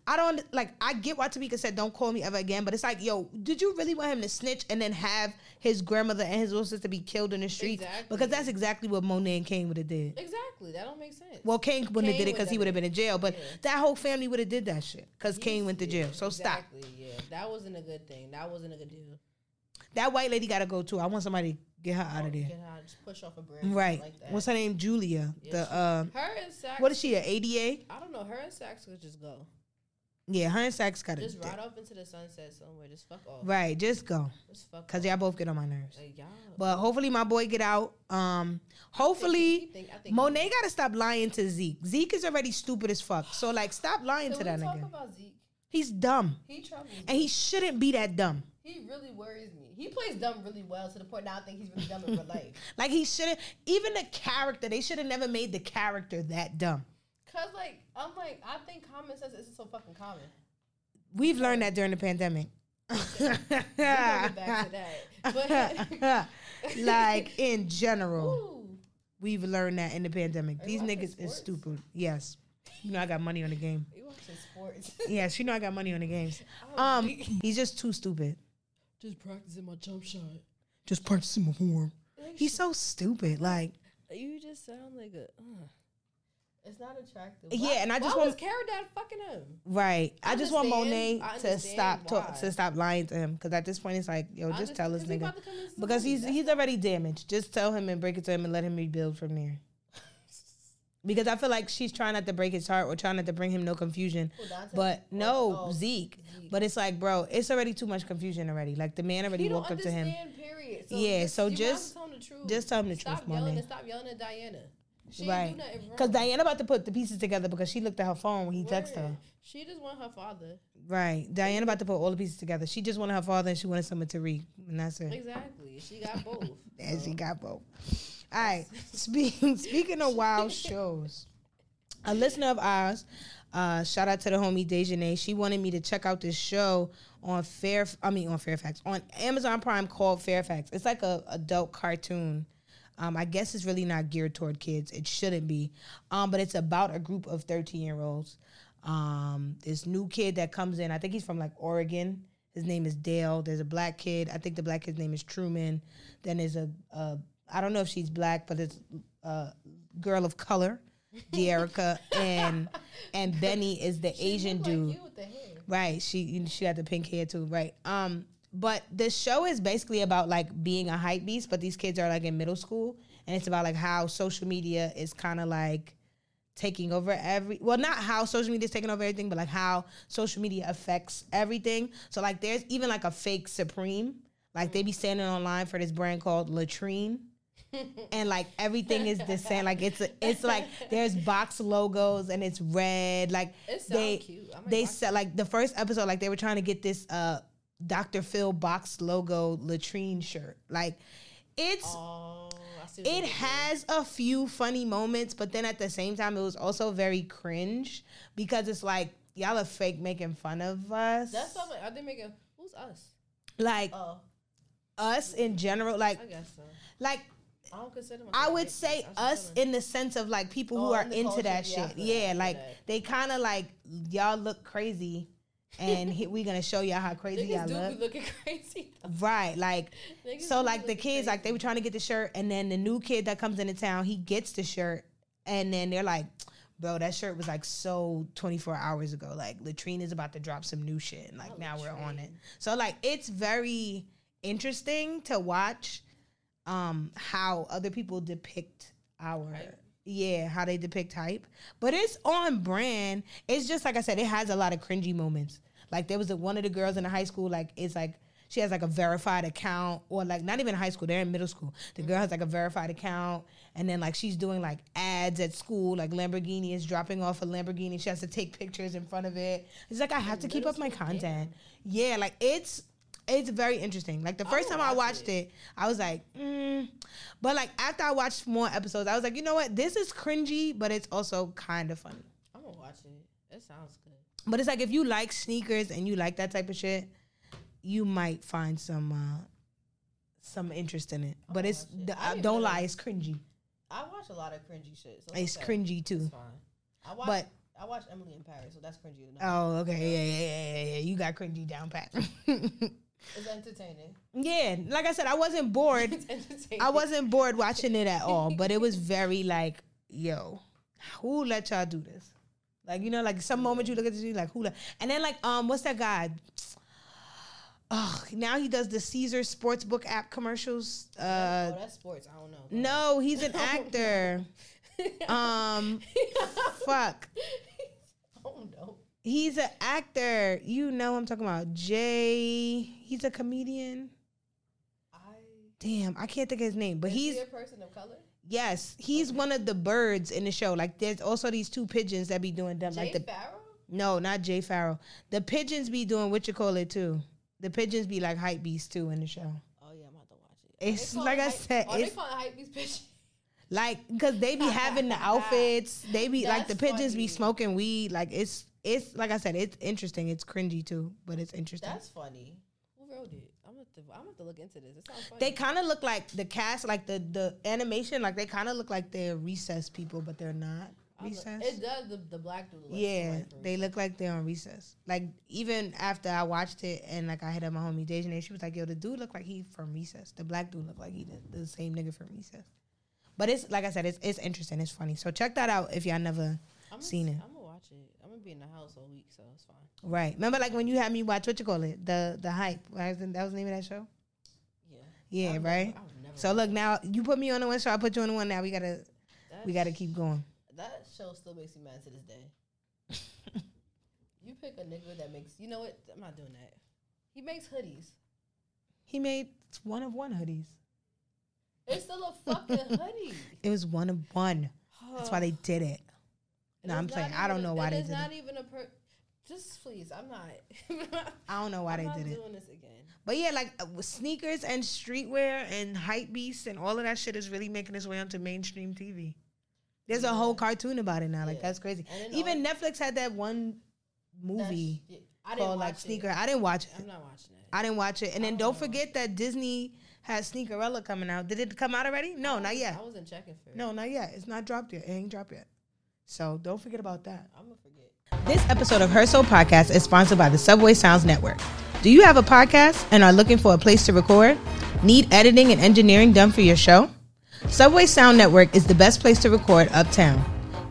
I don't like. I get why Tamika said don't call me ever again. But it's like, yo, did you really want him to snitch and then have his grandmother and his little sister be killed in the streets?
Exactly.
Because that's exactly what Monet and Kane would have did.
Exactly. That don't make sense.
Well, Kane wouldn't have
Kane
did it because he would
would
have been in jail, but
Yeah.
that whole family would have did that shit because Kane went to
Yeah,
jail. So stop.
exactly, Yeah, that wasn't a good thing. That wasn't a good deal.
That white lady got to go too. I want somebody to get her out of there.
Get out, just push off a bridge.
Right.
Oh, Like that.
What's her name? Julia.
Yeah,
the
she-
uh,
her and Sax?
what is she? An ADA?
I don't know. Her and Sax could just go.
Yeah, her and Sachs got to
Just ride off into the sunset somewhere. Just fuck off.
Right, just go
Just fuck
because
off.
y'all both get on my nerves.
Like, y'all.
But hopefully my boy get out. Um,
I think he- he
hopefully
think- I think
Monet got to stop lying to Zeke. Zeke is already stupid as fuck. So like, stop lying to
Can we
that
talk
nigga.
about Zeke?
He's dumb,
He troubles me.
and he shouldn't be that dumb.
He really worries me. He plays dumb really well to the point now I think he's really dumb in real life.
Like he shouldn't even the character, they should have never made the character that dumb.
Cause like I'm like I think common sense isn't so fucking common.
We've learned that during the pandemic.
We're gonna get back to that. But
like in general,
Ooh.
we've learned that in the pandemic.
Are you
These
watching
niggas is
sports?
stupid. Yes. You know I got money on the game.
You watching sports?
Yes, you know I got money on the games.
I'm
Um
weak.
he's just too stupid.
just practicing my jump shot.
Just practicing my form. He's so stupid. Like
You just sound like a. Uh. It's not attractive.
Yeah, and I
why
just
was
want-
Carol Dad fucking him.
right. I, just want
understand-
Monet
I
to
understand
stop talk,
why.
to stop lying to him. Cause at this point it's like, yo,
I
just
understand-
tell this
'cause he
nigga.
about to come into
Because
somebody.
he's
That's
he's already damaged. Just tell him and break it to him and let him rebuild from there. Because I feel like she's trying not to break his heart or trying not to bring him no confusion.
Who, Dante?
But
Oh,
no,
oh,
Zeke.
Zeke.
But it's like, bro, it's already too much confusion already. Like the man already
He don't
walked up to him.
understand, Period.
Yeah, so
you might as
just-
well tell him the truth.
just tell him the
stop
truth, my
yelling
man.
and stop yelling at Diana. She
Right.
didn't do nothing wrong.
Because Diana about to put the pieces together because she looked at her phone when he texted her.
Word. She just want her father.
Right. Diana about to put all the pieces together. She just wanted her father and she wanted someone to read. And that's it.
Exactly. She got both. oh.
And she got both. All right. Speaking speaking of wild shows, a listener of ours, uh, shout out to the homie Dejanay. She wanted me to check out this show on Fair, I mean on Fairfax, on Amazon Prime called Fairfax. It's like a adult cartoon. Um, I guess it's really not geared toward kids. It shouldn't be, um, but it's about a group of thirteen year olds. Um, this new kid that comes in, I think he's from like Oregon. His name is Dale. There's a black kid. I think the black kid's name is Truman. Then there's a, a I don't know if she's black, but it's a girl of color. De'Erica and and Benny is the Asian
Look
dude.
Like you with the hair.
Right. She she got the pink hair too, right? Um but the show is basically about like being a hype beast, but these kids are like in middle school and it's about like how social media is kind of like taking over every well not how social media is taking over everything but like how social media affects everything so like there's even like a fake supreme like they be standing online for this brand called latrine and like everything is the same like it's a, it's like there's box logos and it's red like
It sounds
they
cute. I might
they
watch
said like the first episode like they were trying to get this uh dr phil box logo latrine shirt like it's
Oh, I see. what
it
you
has a few funny moments, but then at the same time, it was also very cringe because it's like y'all are fake making fun of us.
That's something. Are they making? Who's us?
like
Oh,
us in general. Like,
I guess so.
like
I don't consider myself.
I would
white,
say
bitch. I'm
us
just
in the sense of like people who
Oh,
are
in the
into
culture,
that
yeah, I
shit.
feel that, I
Yeah,
feel
like
that.
they kind of like y'all look crazy, and he, we gonna show y'all how
telling.
crazy
Niggas
y'all
do
look.
be looking crazy.
Right, like
Niggas
so
do
like the
look
kids like they
crazy.
were trying to get the shirt and then the new kid that comes into town he gets the shirt and then they're like bro that shirt was like so 24 hours ago like latrine is about to drop some new shit and like
Not
now we're on it
Latrine.
so like it's very interesting to watch um how other people depict our
Hype.
yeah how they depict hype but it's on brand it's just like i said it has a lot of cringy moments like there was a, one of the girls in the high school like it's like she has like a verified account or like not even high school they're in middle school the girl has like a verified account and then like she's doing like ads at school like lamborghini is dropping off a lamborghini she has to take pictures in front of it it's like i have to keep
middle
up my
school?
content yeah like it's it's very interesting. Like the first
I'll
time I
watch
watched it. I was like, mm. but like after I watched more episodes, I was like, you know what? This is cringy, but it's also kind of funny.
I'm gonna watch it. That sounds good.
But it's like if you like sneakers and you like that type of shit, you might find some uh some interest in it. But
I'll
it's
watch it.
the,
Oh, I
I
didn't
don't
realize-
lie, it's cringy.
I watch a lot of cringy shit. So
It's
okay.
cringy
It's
too.
fine. I watch.
But-
I watch Emily in Paris, so that's cringy enough.
Oh, okay, yeah, yeah, yeah, yeah, yeah. You got cringy down pat.
It's entertaining.
yeah, like I said, I wasn't bored.
It's entertaining.
I wasn't bored watching it at all, but it was very like, yo, who let y'all do this? Like, you know, like some moment you look at this, you like, who let? And then like, um, what's that guy? Ugh, now he does the Caesar Sportsbook app commercials. Uh,
oh, that's sports. I don't know.
no, he's an actor. Um, fuck,
oh no.
he's an actor. You know who I'm talking about Jay. He's a comedian.
I.
Damn, I can't think of his name, but
Is he
he's
a person of color.
Yes, he's one of the birds in the show. Like there's also these two pigeons that be doing dumb
Jay
like the
Farrow.
no, not Jay Farrell. The pigeons be doing what you call it too. The pigeons be like hype beasts too in the show.
Oh yeah, I'm about to watch it.
It's
They call
like
it
I
hype-
said,
Are they
it's-
calling it hype these bitches?
Like because they be having the outfits. They be like the
That's
pigeons be
funny.
smoking weed. Like it's it's like I said, it's interesting. It's cringy too, but it's interesting.
That's funny. Who wrote it? I'm gonna have to, I'm gonna have to look into this. It sounds funny.
they kind of look like the cast, like the the animation, like they kind of look like they're recess people, but they're not
I'll look-
recess.
It does the, the black dude. Looks
Yeah, they
They
look like they're on recess. Like even after I watched it and like I hit up my homie Dejanay, she was like, "Yo, the dude looked like he from recess. The black dude looked like he the, the same nigga from recess." But it's like I said, it's it's interesting. It's funny. So check that out if y'all never
I'm
seen it.
I'm gonna watch it. I'm gonna be in the house all week, so it's fine.
right. Remember like when you had me watch what you call it the the hype. Right? Isn't- That was the name of that show.
Yeah.
Yeah,
I've
right.
Never, I've never
So look now you put me on the one show, I put you on the one. Now we gotta
that
we gotta keep going.
That show still makes me mad to this day. you pick a nigga that makes. You know what? I'm not doing that. He makes hoodies.
He made one of one hoodies.
It's still a fucking hoodie.
It was one of one. That's why they did it.
And
No, I'm
it's
playing.
not
I don't
even-
know why
and
they
it's
did it.
not even a per. Just please, I'm not.
I don't know why
I'm
they
not
did it.
doing this again.
But yeah, like uh, with sneakers and streetwear and hype beasts and all of that shit is really making its way onto mainstream TV. There's a whole cartoon about it now. Like
Yeah.
that's crazy.
And then
Even Netflix had that one
That's-
movie
yeah, I didn't
called
watch
like Sneaker.
It.
I didn't watch it.
I'm not watching it.
I didn't watch it. And then don't forget that Disney has Sneakerella coming out. Did it come out already? No, not yet.
I wasn't checking for it.
No, not yet. It's not dropped yet. It ain't dropped yet. So don't forget about that.
I'm gonna forget.
This episode of Her Soul Podcast is sponsored by the Subway Sounds Network. Do you have a podcast and are looking for a place to record? Need editing and engineering done for your show? Subway Sound Network is the best place to record uptown.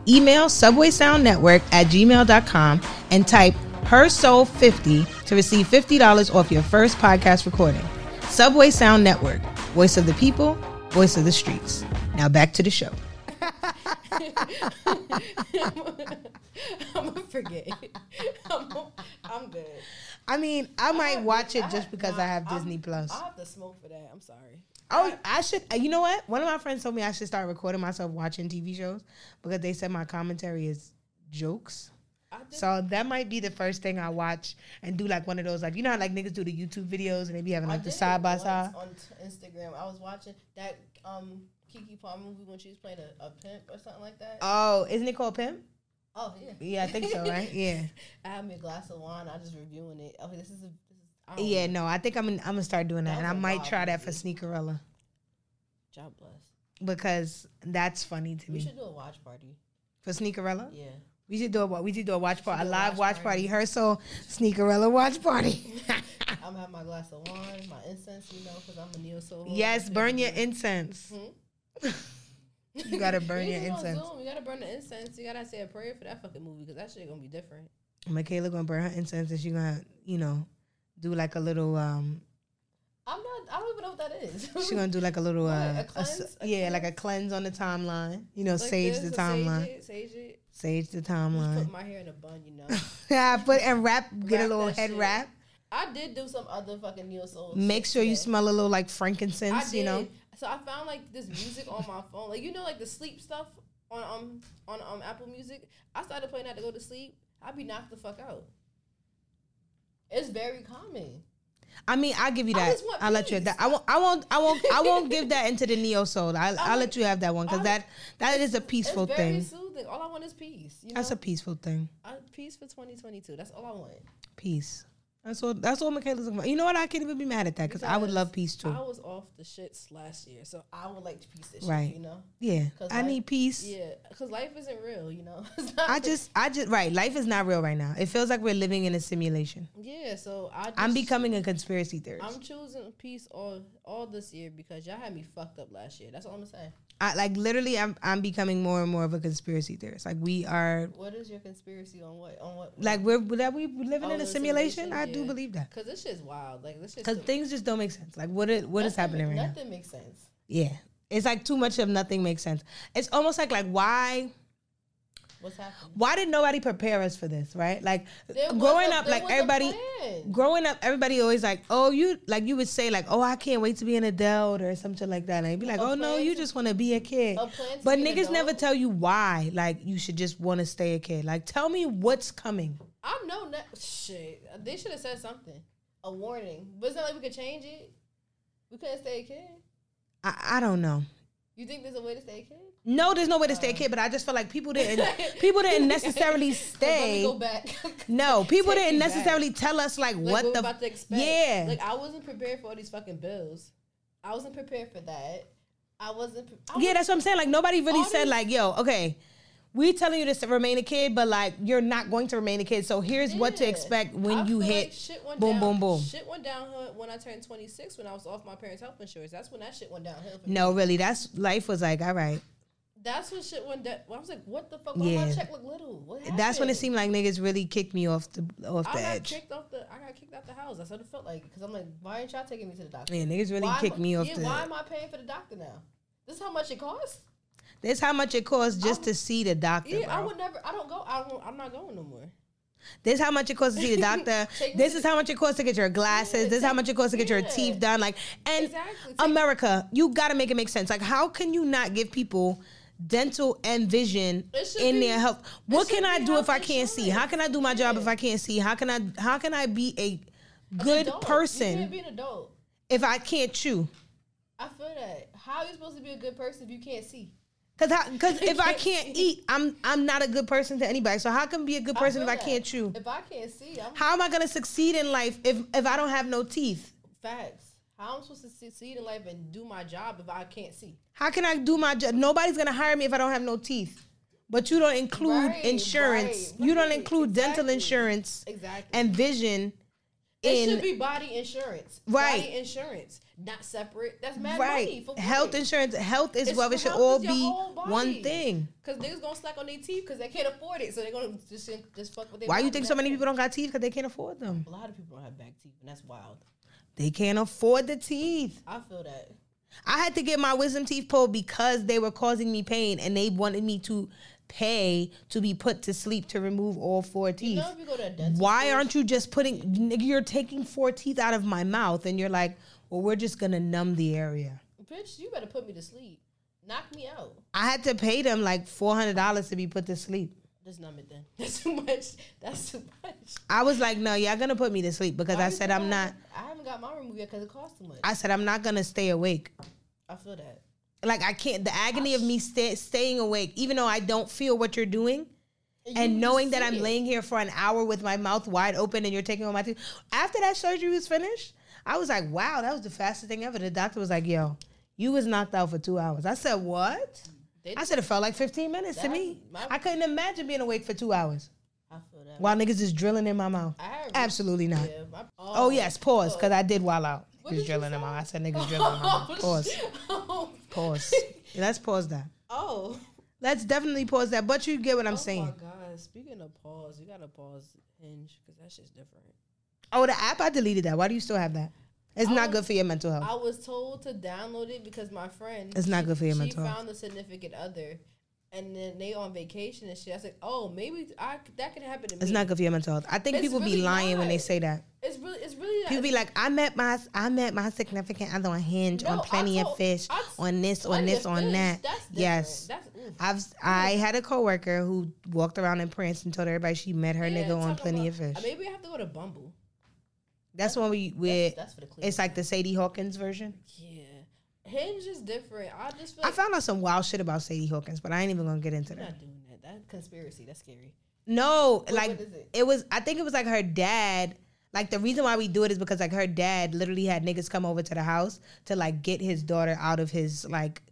Email subwaysoundnetwork at gmail.com and type Her Soul 50 to receive $50 off your first podcast recording. Subway Sound Network, voice of the people, voice of the streets. Now back to the show.
I'm gonna forget. I'm, I'm good.
I mean, I might watch it
I-
just because
nah,
I have
I'm-
Disney Plus.
I have to smoke for that. I'm sorry.
Oh, I should. You know what? One of my friends told me I should start recording myself watching TV shows because they said my commentary is jokes.
I did,
So that might be the first thing I watch and do like one of those like you know how like niggas do the YouTube videos and they be having
I
like the
did it
side by
once
side.
on t- Instagram. I was watching that um Kiki Palmer movie when she was playing a, a pimp or something like that.
Oh, isn't it called Pimp?
oh yeah,
Yeah, I think so, right? Yeah,
I had me a glass of wine. I just reviewing it. Okay, this is a, this is I don't
yeah.
know.
No, I think I'm gonna, I'm gonna start doing that,
Oh,
and
That
I
was a
might
wild
try that for
movie.
Sneakerella
God bless.
because that's funny to
We
me.
should do a watch party.
For Sneakerella,
Yeah.
we should do a we should do a watch party, a
do a
live
watch
watch party. Herso Sneakerella watch party.
I'm gonna have my glass of wine, my incense, you know, because I'm a neo soul.
Yes, burn your incense. You gotta burn your incense.
You gotta burn the incense. You gotta say a prayer for that fucking movie because that shit gonna be different.
Michaela gonna burn her incense and she gonna, you know, do like a little um
I'm not. I don't even know what that is.
she gonna do like a little uh
What, a
a s-
cleanse? A
yeah, like a cleanse on the timeline. You know,
Like
sage
this,
the
or
timeline.
Sage it, sage it.
Sage the
Just
timeline.
put my hair in a bun, you know.
Yeah, put and wrap, get a
Wrap
little
that
head
shit.
wrap.
I did do some other fucking neo soul.
Make
shit
sure you
today.
smell a little like
I
frankincense,
did.
you know.
So I found like this music on my phone, like you know, like the sleep stuff on um on um Apple Music. I started playing that to go to sleep. I'd be knocked the fuck out. It's very common.
I mean, I'll give you
I
that.
just want
I'll let you have
peace.
that. I won't I won't I won't I won't give that into the neo soul. I will I'll let you have that one because
I-
that that is a
It's
peaceful
very
thing.
soothing. All I want is peace. You know?
That's a peaceful thing.
I- peace for 2022. That's all I want.
Peace. That's all. That's all Michaela's talking about. You know what? I can't even be mad at that because I would
Because
love peace too.
I was off the shits last year, so I would like to peace this
Right.
shit. You know?
yeah,
'cause
I
life-
need peace.
Yeah, because life isn't real. You know?
I just, I just, right. Life is not real right now. It feels like we're living in a simulation.
yeah. So I just,
I'm becoming a conspiracy theorist.
I'm choosing peace all all this year because y'all had me fucked up last year. That's all I'm saying.
I like literally, I'm, I'm becoming more and more of a conspiracy theorist. Like we are,
What is your conspiracy on what on what?
like we're that we living
Oh,
in a
the
simulation.
simulation,
I do
yeah.
believe that
Because this shit's wild. Like this shit's
because
so-
things just don't make sense. Like what, is, what is
nothing-
happening right now?
Nothing makes sense.
Yeah, it's like too much of nothing makes sense. It's almost like like why.
What's happening?
Why did nobody prepare us for this, right? Like
There was
growing
a-
up,
there
like
was a
everybody,
plan.
growing up, everybody always like, oh, you like you would say like, oh, I can't wait to be an adult or something like that. And I'd be like,
A
oh no,
plan
you
to-
just want to be a kid.
a plan to
But
be an
niggas never
adult?
tell you why. Like you should just want to stay a kid. Like tell me what's coming.
I know that shit. They should have said something, a warning. But it's not like we could change it. We couldn't stay a kid.
I, I don't know.
You think there's a way to stay a kid?
No, there's no way to stay a kid. But I just feel like people didn't people didn't necessarily
'Cause let
stay.
me go back.
No, people
Take
didn't
me back.
necessarily tell us like,
Like,
what
we're
the
about to expect.
yeah.
Like I wasn't prepared for all these fucking bills. I wasn't prepared for that. I wasn't. Pre- I
Yeah, that's what I'm saying. Like nobody really
All
said
these-
like, yo, okay, we telling you to remain a kid, but like you're not going to remain a kid. So here's what to
Yeah.
expect when
I
you
feel
hit
like shit went
boom,
down-
boom, boom.
Shit went downhill when I turned 26 when I was off my parents' health insurance. That's when that shit went downhill. For me.
No, really, that's life was like, all right.
That's when shit went down. I was like, what the fuck? Why yeah.
Yeah.
my check look little? What happened?
That's when it seemed like niggas really kicked me off the off
I
the
got
edge.
kicked off the. I got kicked out the house. That's what it felt like. Cause I'm like, why aren't y'all taking me to the doctor?
Yeah, niggas really
Why am
kicked
I-
me off
yeah,
the.
Why am I paying for the doctor now? This is how much it costs.
That's how much it costs just
I-
to see the doctor.
Yeah, I
bro.
would never. I don't go. I don't. I'm not going no more.
This how much it costs to see the doctor.
Take me
this
to-
is how much it costs to get your glasses.
Yeah,
this is how
take-
much it costs to get your
yeah.
teeth done. Like and
Exactly. Take-
America, you gotta make it make sense. Like how can you not give people dental and vision
It should
in
be-
their health?
it
What
should
can I
be
do if
health
I can't see? How can I do my job if
Yeah.
I can't see? How can I how can I be a
An
good
adult. You
person
can't be an adult.
if I can't chew?
I feel that. How are you supposed to be a good person if you can't see?
Cause, how, cause if I can't eat, I'm I'm not a good person to anybody. So how can I be a good person if
feel
I
that.
can't chew?
If I can't see, I'm
How am I gonna succeed in life if if I don't have no teeth?
facts. How I'm supposed to succeed in life and do my job if I can't see?
How can I do my job? Nobody's gonna hire me if I don't have no teeth. But you don't include
Right,
insurance.
right,
you don't
right,
include dental
exactly.
insurance
Exactly.
and vision.
It
in-
should be body insurance.
Right.
Body insurance. Not separate. That's mad money
Right.
for
Health insurance, health is
It's-
well. It should
health
all
is your
be
whole body.
one thing.
Because niggas gonna slack on their teeth because they can't afford it. So they're gonna just, just fuck with their
Why you
mouth
think
and
so many
that's
people don't got teeth? Because they can't afford them.
it. A lot of people don't have back teeth, and that's wild.
They can't afford the teeth.
I feel that.
I had to get my wisdom teeth pulled because they were causing me pain and they wanted me to pay to be put to sleep to remove all four
You
teeth.
know if you go to a dental
Why
school,
aren't you just putting, nigga, you're taking four teeth out of my mouth and you're like, well, we're just gonna numb the area.
bitch? You better put me to sleep. Knock me out.
I had to pay them like $400 to be put to sleep.
Just numb it then. That's too much. That's too much.
I was like, no, y'all gonna put me to sleep because
Why
I
you
said
think
I'm not,
I haven't got my removed yet because it costs too much. I,
I said I'm not gonna stay awake.
feel that.
Like I can't, the agony of me sta staying awake, even though I don't feel what you're doing,
you
and
can
knowing that
see
I'm
it.
laying here for an hour with my mouth wide open and you're taking all my teeth. After that surgery was finished, I was like, wow, that was the fastest thing ever. The doctor was like, yo, you was knocked out for two hours. I said, what?
They-
I said it felt like 15 minutes to
That-
me.
my-
I couldn't imagine being awake for two hours
I feel that.
while niggas is drilling in my mouth.
I had-
Absolutely not.
Yeah, my-
Oh, yes, pause, because I did while out.
What
Niggas
did you
drilling in
say?
my mouth. I said niggas drilling in my mouth. Pause,
Oh,
pause. Let's pause that.
oh.
Let's definitely pause that, but you get what I'm
oh
saying.
my god! Speaking of pause, you gotta pause Hinge because that shit's different.
Oh, the app, I deleted that. Why do you still have that? It's not
Oh.
good for your mental health.
I was told to download it because my friend
It's not
she-
good for your
she
mental health.
found a significant other, and then they on vacation and shit. I said, oh, maybe I that could happen to me.
It's not good for your mental health. I think
It's
people be
really
lying when they
not.
say that.
It's really, it's really. not-
People be like, I met my I met my significant other on Hinge,
No,
on
I
Plenty of
told-
Fish,
I-
on this, on
Plenty
this,
of
on
fish.
that.
That's different.
yes,
That's mm. oof.
I've I had a coworker who walked around and pranced and told everybody she met her
Yeah,
nigga on
talking
Plenty
about-
of Fish.
uh, Maybe I have to go to Bumble.
that's when we
That's,
with
that's for the clean.
it's like the Sadie Hawkins version.
yeah. Hinge is different. I just feel
I
like
found out some wild shit about Sadie Hawkins, but I ain't even gonna get into
I'm
that.
not doing that. That conspiracy. That's scary.
No,
What-
like
what is it?
it was. I think it was like her dad. Like the reason why we do it is because like her dad literally had niggas come over to the house to like get his daughter out of his like,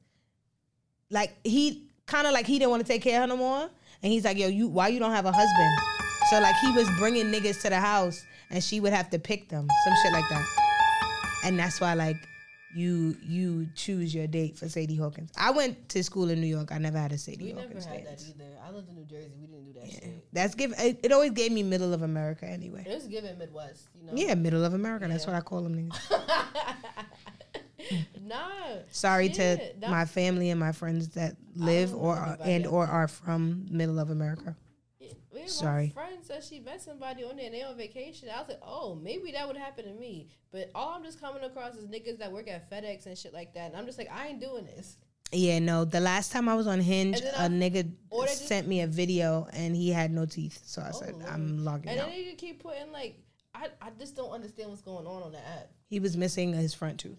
like he kind of like he didn't want to take care of her no more, and he's like, yo, you why you don't have a husband? So like he was bringing niggas to the house, and she would have to pick them, some shit like that, and that's why like you you choose your date for Sadie Hawkins. I went to school in New York. I never had a Sadie
We never
Hawkins
had
dance.
that either. I lived in New Jersey. We didn't do that shit.
That's give it, it always gave me middle of America anyway.
It was given Midwest, you know.
Yeah, middle of America. That's
Yeah.
what I call them niggas.
nah.
Sorry
shit,
to
that-
my family and my friends that live
don't
or
know
are,
nobody
and
else.
or are from middle of America.
Yeah, my
Sorry.
friend said she met somebody on there and they on vacation. I was like, oh, maybe that would happen to me. But all I'm just coming across is niggas that work at FedEx and shit like that. And I'm just like, I ain't doing this.
Yeah, no. The last time I was on Hinge,
And then
a
I-
nigga
or they just-
sent me a video and he had no teeth, so I
Oh,
said
Lord.
I'm logging
And then
out.
they keep putting like, I, I just don't understand what's going on on the app.
He was missing his front tooth,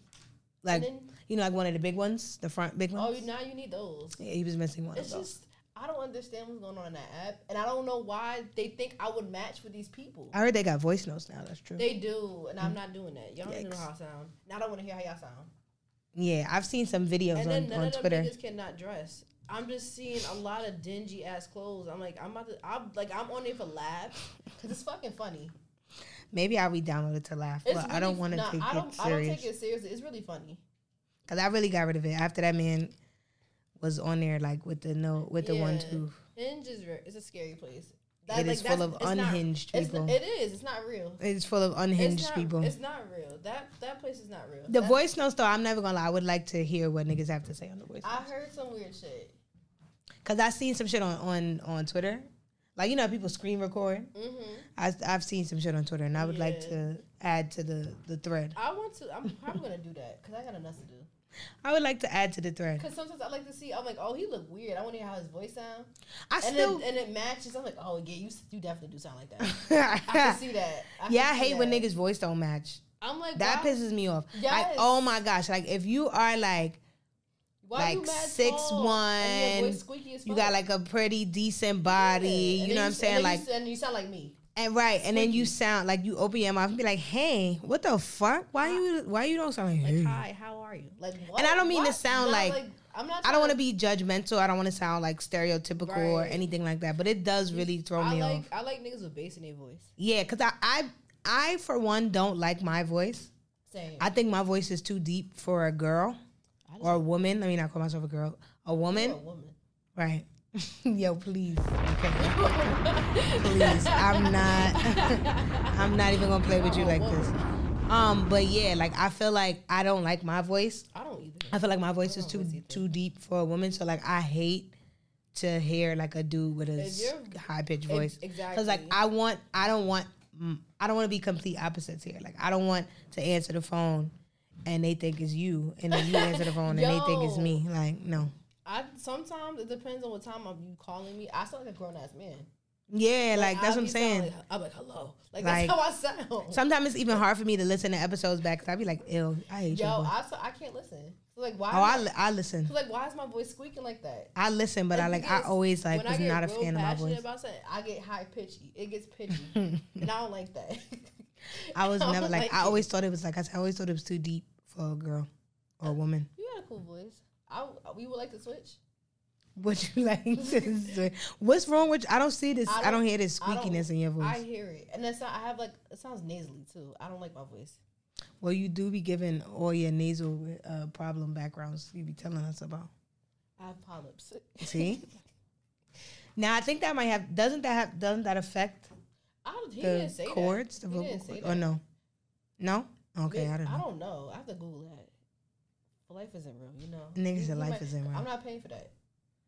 like
And then
you know, like one of the big ones, the front big
oh,
ones.
you, now you need those.
yeah, he was missing one
It's
of those.
just I don't understand what's going on in that app, and I don't know why they think I would match with these people.
I heard they got voice notes now. That's true.
They do, and I'm not doing that. Y'all don't even know
Yikes.
how I sound. And I don't want to hear how y'all sound.
yeah, I've seen some videos
and then
on,
none
on
of them
Twitter.
niggas cannot dress. I'm just seeing a lot of dingy ass clothes. I'm like, I'm about to, I'm like, I'm on it for laughs because it's fucking funny.
Maybe I'll be downloaded to laugh,
It's
but I don't
really-
want to
nah,
take
I don't,
it
I don't
serious
take it seriously. It's really funny.
because I really got rid of it after that man was on there like with the no with the one
Yeah.
tooth.
Hinge is re- it's a scary place.
It is full
that's-
of
it's not-
unhinged
it's
people.
not- it is. It's not real.
It's full of
It's
unhinged
not,
people.
It's not real. That that place is not real.
the
That-
voice notes though, I'm never gonna lie. I would like to hear what niggas have to say on the voice
I heard some weird shit.
because I seen some shit on on on Twitter. Like you know, how people screen record.
hmm
I, I've seen some shit on Twitter, and I would like
Yeah.
to add to the the thread.
I want to. I'm probably gonna do that because I got enough to do.
I would like to add to the thread.
Because sometimes I like to see. I'm like, oh, he look weird. I want to hear how his voice sound.
I
And
still,
it, and it matches. I'm like, oh yeah, you s- you definitely do sound like that. I can
yeah,
see that. I
I
can see
hate when
that.
niggas voice don't match.
I'm like
That
why-
pisses me off. Like,
Yes.
oh my gosh, like if you are like
Why you
like
mad
six
tall? And your
one.
voice squeaky as
You
fuck?
got like a pretty decent body.
Yeah. And
You know
then
what I'm
and
saying?
then
Like
you, s- and you sound like me.
and right, and then you sound like you open your mouth and be like, "Hey, what the fuck? Why you why you don't sound like,
Like,
hey?
hi, how are you?
Like what?
I don't mean to
What?
sound
Not
like-
I'm not.
I don't want to be
tryna-
judgmental. I don't want to sound like stereotypical or
Right.
anything like that. But it does really throw
I
me
like
off.
I like niggas with bass in their voice.
Yeah, because I, I I for one don't like my voice.
Same.
I think my voice is too deep for a girl
I
or a woman. I mean, I call myself a girl, a
I'm
woman,
a woman.
right? Yo, please, okay, please. I'm not. I'm not even gonna play with you
I'm a
like this. Um, but yeah, like I feel like I don't like my voice.
I don't either.
I feel like my voice is
don't
too
always either.
too deep for a woman. So like I hate to hear like a dude with
If
a
you're-
high pitched
Ex-
voice.
Exactly.
Because like I want, I don't want, mm, I don't want to be complete opposites here. Like I don't want to answer the phone and they think it's you, and then you answer the phone and they think it's
Yo.
me. Like no,
I sometimes it depends on what time of you calling me. I sound like a grown ass man.
yeah, like, that's what
I
I'm
be sounding
saying.
like- I'm like hello. Like,
Like,
that's how I sound.
Sometimes it's even hard for me to listen to episodes back because I be like, "Ew, I hate
Yo,
your voice."
I so, I can't listen. So like why?
oh, I,
am
li- I listen,
so, like why is my voice squeaking like that?
I listen, but I
And
like, I
because
always like
when
was
I get
not a
real
fan of my
passionate
voice.
About something, I get high pitchy. It gets pitchy, and I don't like that.
I was
don't
never like, I
it.
always thought it was like I, said, I always thought it was too deep for a girl or a woman.
You got a cool voice. I w- we would like to switch.
Would you like? to say- What's wrong with? I don't see this. I
I
don't,
don't-
hear this
I don't-
squeakiness in your voice.
I hear it, and that's not, I have like it sounds nasally too. I don't like my voice.
Well, you do be giving all your nasal uh, problem backgrounds you be telling us about.
I have polyps.
See? now I think that might have doesn't that have doesn't that affect
I don't, he
the
didn't say
chords,
that.
the
He
vocal oh,
didn't say
cords, or
that.
no? No? Okay,
Maybe-
I don't know.
know. I have to Google that. But life isn't real, you know.
Niggas
You-
said
you
life
might-
isn't real.
I'm not paying for that.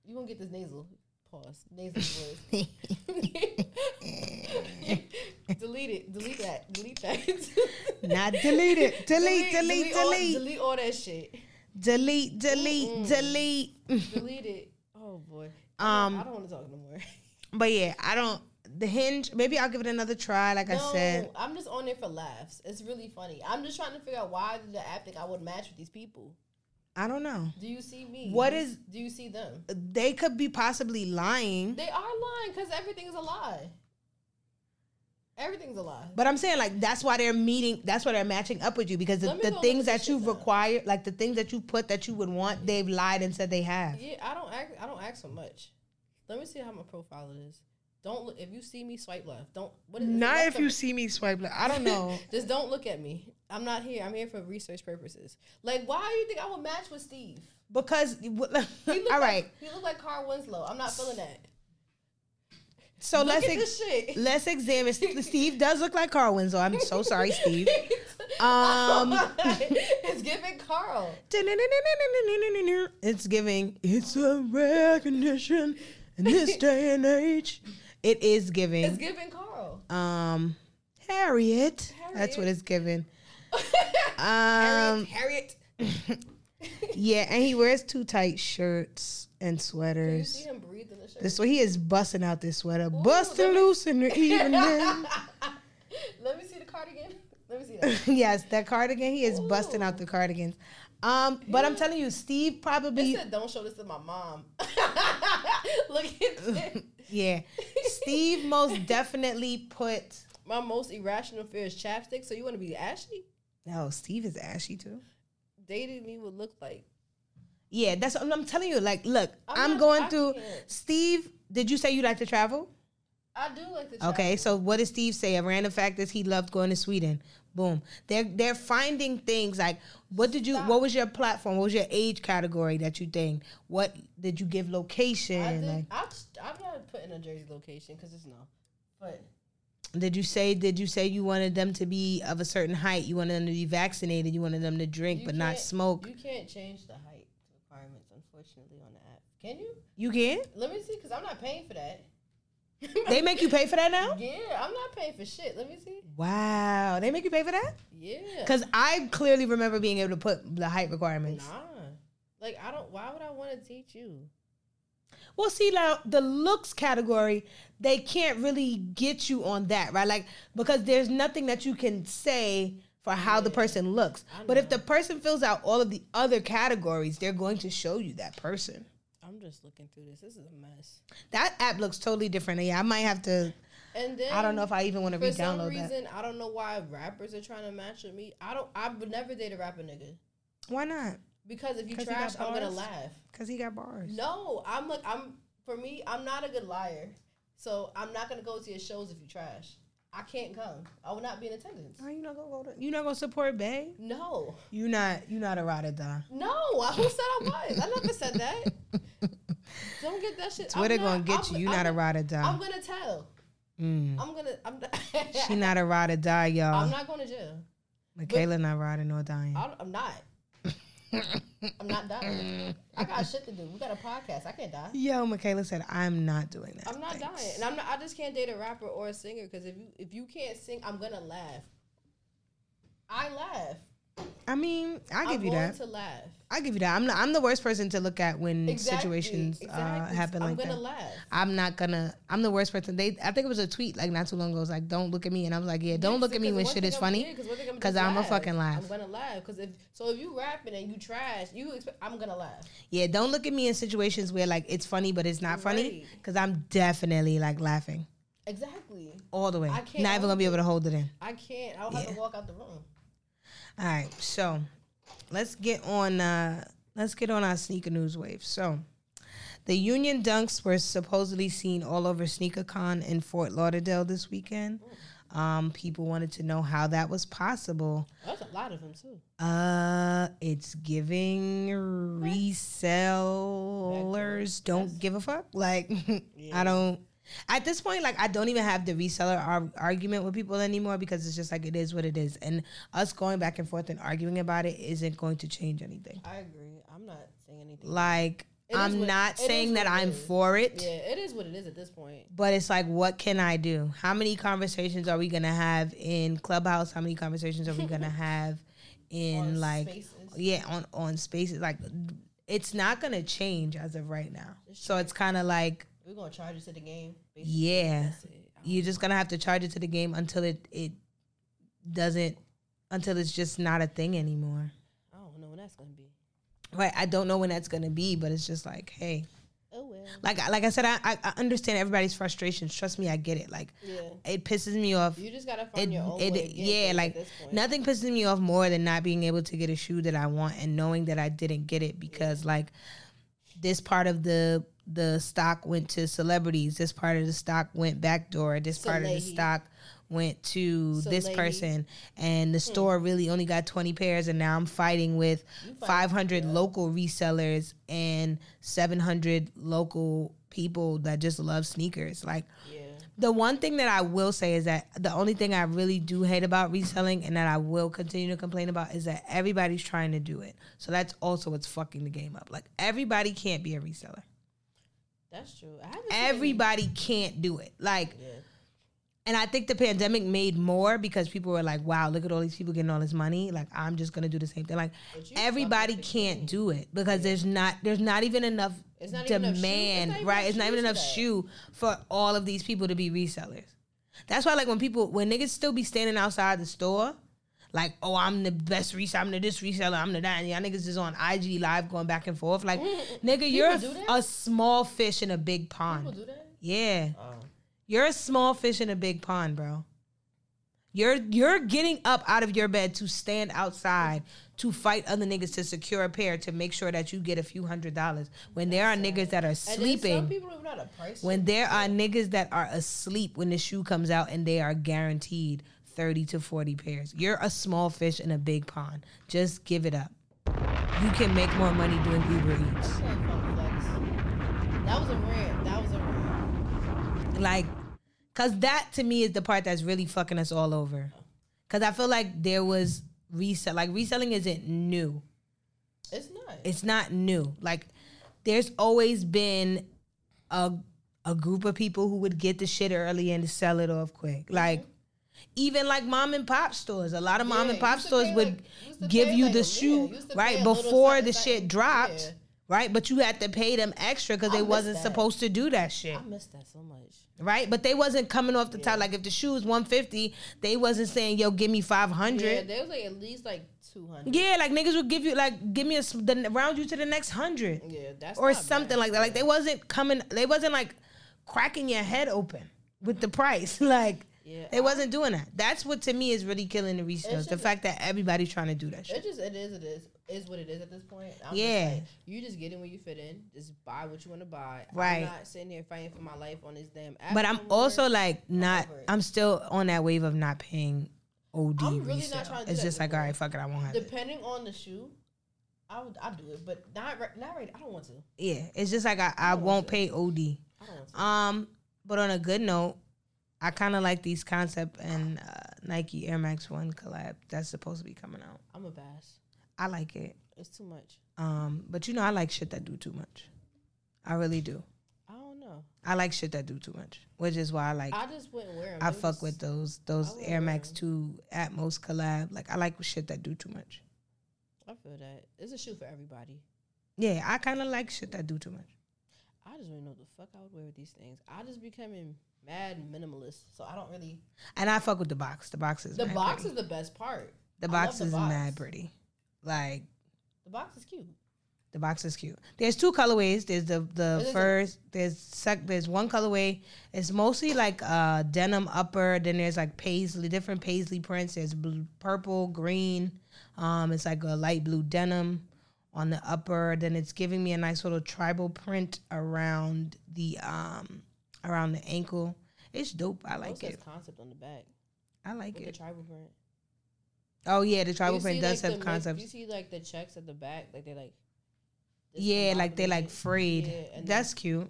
You won't get this nasal pause, nasal voice. delete it. Delete that. Delete that.
Not delete it. Delete, delete,
all-
delete,
delete all that shit.
delete, delete,
Mm-mm.
delete.
Delete it. Oh boy.
Um,
I don't want to talk no more.
But yeah, I don't. The hinge. Maybe I'll give it another try. Like I said,
No, I'm just on there for laughs. It's really funny. I'm just trying to figure out why did the app think I would match with these people.
I don't know.
Do you see me?
What
What is?
is-
Do you see them?
They could be possibly lying.
They are lying because everything is a lie. Everything's a lie.
But I'm saying like that's why they're meeting. That's why they're matching up with you because the,
Let me
the
go look
things
this
that
shit
you've
up.
required, like the things that you put that you would want, they've lied and said they have.
Yeah, I don't act. I don't ask for much. Let me see how my profile is. Don't look. If you see me, swipe left. Don't. What is it? Left or-
see me swipe. Like, I don't know.
Just don't look at me. I'm not here. I'm here for research purposes. Like, why do you think I would match with Steve?
because you would-
He looked
all
like,
right.
He looked like Carl Winslow. I'm not feeling that.
So
look
let's
at
ex-
this shit.
let's examine. Steve does look like Carl Winslow. I'm so sorry, Steve. Um.
it's giving Carl.
It's giving. It's a recognition in this day and age. It is
It's
giving.
giving Carl.
Um, Harriet. That's what
Harriet.
it's giving. Um,
Harriet.
yeah, and he wears two tight shirts and
You
sweaters.
see him breathe in the shirt.
This one, he is busting out this sweater,
let
busting
me-
loose in the evening.
Let me see the cardigan. Let me see that.
yes, that cardigan, he is busting out
Ooh.
the cardigans. Um, but I'm telling you, Steve
It
probably,
said, "Don't show this to my mom." Look at this.
yeah, Steve most definitely put.
My most irrational fear is chapstick. So you want to be Ashley?
No, Steve is ashy too.
Dating me would look like
Yeah, that's what I'm, I'm telling you. Like, look, I'm,
I'm not-
going
I
through.
can't.
Steve, did you say you like to travel?
I do like the.
Okay,
chapstick.
so what does Steve say? A random fact is he loved going to Sweden. Boom. They're they're finding things like what did you what was your platform? What was your age category that you think? What did you give
I
location?
did,
Like
I just, I'm not putting a Jersey location because it's no. But
did you say did you say you wanted them to be of a certain height? You wanted them to be vaccinated, you wanted them to drink
you
but not
can't-
smoke.
You can't change the height requirements, unfortunately, on the app. Can you?
You can?
Let me see, because I'm not paying for that.
They make you pay for that now?
Yeah, I'm not paying for shit. Let me see.
Wow. They make you pay for that?
Yeah.
Cuz I clearly remember being able to put the height requirements.
Nah. Like I don't why would I want to teach you?
Well, see, now the looks category, they can't really get you on that, right? Like because there's nothing that you can say. for how the
Yeah.
person looks.
I
But if
know.
the person fills out all of the other categories, they're going to show you that person.
I'm just looking through this. This is a mess.
That app looks totally different. Yeah, I might have to.
And then
I don't know if I even want to
for some
re-download that.
reason I don't know why rappers are trying to match with me. I don't. I would never date a rapper nigga
Why not?
because if you
'Cause he got
trash, I'm gonna
bars?
laugh.
Because he got bars.
No, I'm like I'm. For me, I'm not a good liar, so I'm not gonna go to your shows if you trash. I can't come. I will not be in attendance.
Are you not gonna go to? You not gonna support Bay?
No,
You not? You not a ride or die.
no. Who said I was? I never said that. Don't get that shit. I'm
Twitter gonna
not-
get
I'm-
you. You
I'm,
not a ride or die.
I'm gonna tell.
Mm.
I'm gonna. I'm. Not,
She not a ride or die,
I'm
y'all.
not going to jail.
Michaela not riding or dying.
I don't- I'm not. I'm not dying. I got shit to do. We got a podcast. I can't die.
Yo, Michaela said, I'm not doing that.
I'm not
Thanks.
dying, and I'm not. I just can't date a rapper or a singer because if you if you can't sing, I'm gonna laugh. I laugh.
I mean, I give
am
you
going
that.
to laugh.
I give you that. I'm not, I'm the worst person to look at when
Exactly,
situations Uh,
exactly.
happen
I'm
like
gonna
that.
laugh.
I'm not gonna. I'm the worst person. They, I think it was a tweet like not too long ago. It was like, "Don't look at me," and I was like, "Yeah, don't
Yeah,
look
see,
at me
'cause
when
one
shit
thing
is
I'm
funny."
weird, 'cause one thing
'cause
just
I'ma
laugh.
fucking laugh.
I'm gonna laugh because if so, if you rapping and you trash, you expect I'm gonna laugh.
Yeah, don't look at me in situations where like it's funny but it's not funny
Right.
because I'm definitely like laughing
Exactly.
all the way.
I
Not
can't
even gonna be
hold
able to hold it in.
I can't. I'll have to walk out the room.
All right, so let's get on. Uh, let's get on our sneaker news wave. So, the Union Dunks were supposedly seen all over SneakerCon in Fort Lauderdale this weekend. Um, people wanted to know how that was possible.
That's a lot of them too.
Uh, it's giving resellers don't give a fuck. Like, I don't. At this point, like I don't even have the reseller ar- argument with people anymore because it's just like it is what it is, and us going back and forth and arguing about it isn't going to change anything.
I agree. I'm not saying anything.
Like
It is
I'm
what-
not
it is
saying
what
that
it
I'm
is.
for it,
Yeah, it is what it is at this point.
but it's like, what can I do? How many conversations are we gonna have in Clubhouse? How many conversations are we gonna have in
On
like
spaces.
yeah on on spaces? Like it's not gonna change as of right now.
It's
So it's kind of like
We're gonna charge you to the game. basically.
yeah.
That's it. I don't-
you're just gonna have to charge it to the game until it it doesn't until it's just not a thing anymore.
I don't know when that's gonna be.
Right? I don't know when that's gonna be, but it's just like, hey,
Oh well.
like like I said, I I, I understand everybody's frustrations. Trust me, I get it. Like
Yeah.
it pisses me off.
You just gotta find
It-
your own
it-
way. to get
yeah,
things
like,
at this point.
Nothing pisses me off more than not being able to get a shoe that I want and knowing that I didn't get it because like this part of the the stock went to celebrities. This part of the stock went backdoor. This part of the
Salehi.
stock went to this
Salehi.
person, and the store really only got twenty pairs. And now I'm fighting with
Hmm. You find-
five hundred local resellers and seven hundred local people that just love sneakers. Like
Yeah.
the one thing that I will say is that the only thing I really do hate about reselling and that I will continue to complain about is that everybody's trying to do it. So that's also what's fucking the game up. Like everybody can't be a reseller.
That's true. I haven't seen any-
Everybody can't do it. Like
Yeah.
and I think the pandemic made more because people were like, "Wow, look at all these people getting all this money. Like I'm just going to do the same thing." Like
But you
everybody
fucking
can't do it because there's not there's not even enough
It's not even enough shoe-
demand,
it's not even
right?
enough
It's not even
shoes for
enough
that.
shoe for all of these people to be resellers. That's why like when people when niggas still be standing outside the store like, oh, I'm the best reseller, I'm the this reseller, I'm the that, and y'all niggas is on IG live going back and forth. Like, nigga, you're
do that?
a small fish in a big
People
pond.
do that.
Yeah.
Oh.
You're a small fish in a big pond, bro. You're you're getting up out of your bed to stand outside to fight other niggas to secure a pair to make sure that you get a few hundred dollars. When there are niggas that are
And then Some
sleeping,
people don't even know how to price.
when
it.
there are niggas that are asleep when the shoe comes out and they are guaranteed 30 to 40 pairs. You're a small fish in a big pond. Just give it up. You can make more money doing Uber Eats.
That's not fun flex. That was a rant. That was a rant.
like because that to me is the part that's really fucking us all over because i feel like there was resell like reselling isn't new
It's not.
it's not new like there's always been a a group of people who would get the shit early and sell it off quick
Mm-hmm.
like even like mom and pop stores a lot of mom
Yeah,
and pop
used to
stores
pay
would
like- used to
give
pay
you
like
the
a- yeah,
shoe
used to pay
right
a little
before
something,
the
something.
shit dropped
Yeah.
right? But you had to pay them extra because
I
they
miss
wasn't
that.
supposed to do that shit,
I miss that so much.
right? But they wasn't coming off the top. Like if the shoe was one fifty, they wasn't saying yo, give me five
Yeah,
hundred.
there was like at least like two hundred.
Yeah, like niggas would give you like give me a s- the, round you to the next hundred
Yeah, that's
or
not
something
bad.
like that. Like they wasn't coming. They wasn't like cracking your head open with the price. Like
Yeah,
they wasn't doing that. That's what to me is really killing the resales. The
just-
fact that everybody's trying to do that shit.
It just it is it is is what it is at this point. I'm
Yeah.
just like, you just get in where you fit in. Just buy what you want to buy.
Right.
I'm not sitting here fighting for my life on this damn app.
But I'm
anymore.
also like not.
over it.
I'm still on that wave of not paying OD
I'm really not
resale.
trying to do
it's
that
just
no
like all
more.
right, fuck it, I won't have it.
depending on the shoe. I would I do it, but not right not right. I don't want to.
Yeah, it's just like I, I
don't
won't
do
pay OD.
I don't want to.
Um, but on a good note, I kind of like these concept and uh, Nike Air Max One collab that's supposed to be coming out.
I'm a bash.
I like it.
It's too much.
Um, but you know, I like shit that do too much. I really do.
I don't know.
I like shit that do too much, which is why I like
I just wouldn't wear them.
I fuck with those those
I
Air
would,
Max
yeah.
Two Atmos collab. Like I like shit that do too much.
I feel that it's a shoe for everybody.
Yeah, I kind of like shit that do too much.
I just don't know what the fuck I would wear with these things. I just becoming mad minimalist, so I don't really.
And I fuck with the box. The box is
The
mad
box
pretty.
is the best part.
the
I
box
love the
is
box.
mad pretty. Like
The box is cute.
the box is cute. There's two colorways. There's the the
There's a-
first. There's sec. There's one colorway. It's mostly like uh denim upper. Then there's like paisley, different paisley prints. There's blue, purple, green. Um, it's like a light blue denim on the upper. Then it's giving me a nice little tribal print around the um around the ankle. It's dope. I
Like
like
says
it.
concept on the back
I like
with the
it.
tribal print.
Oh yeah, the tribal
You
print
see,
does
like, the
have
mix-
concepts.
You see like the checks at the back, like they like. this
Yeah, like they
combobulated.
like frayed.
Yeah, and
That's cute.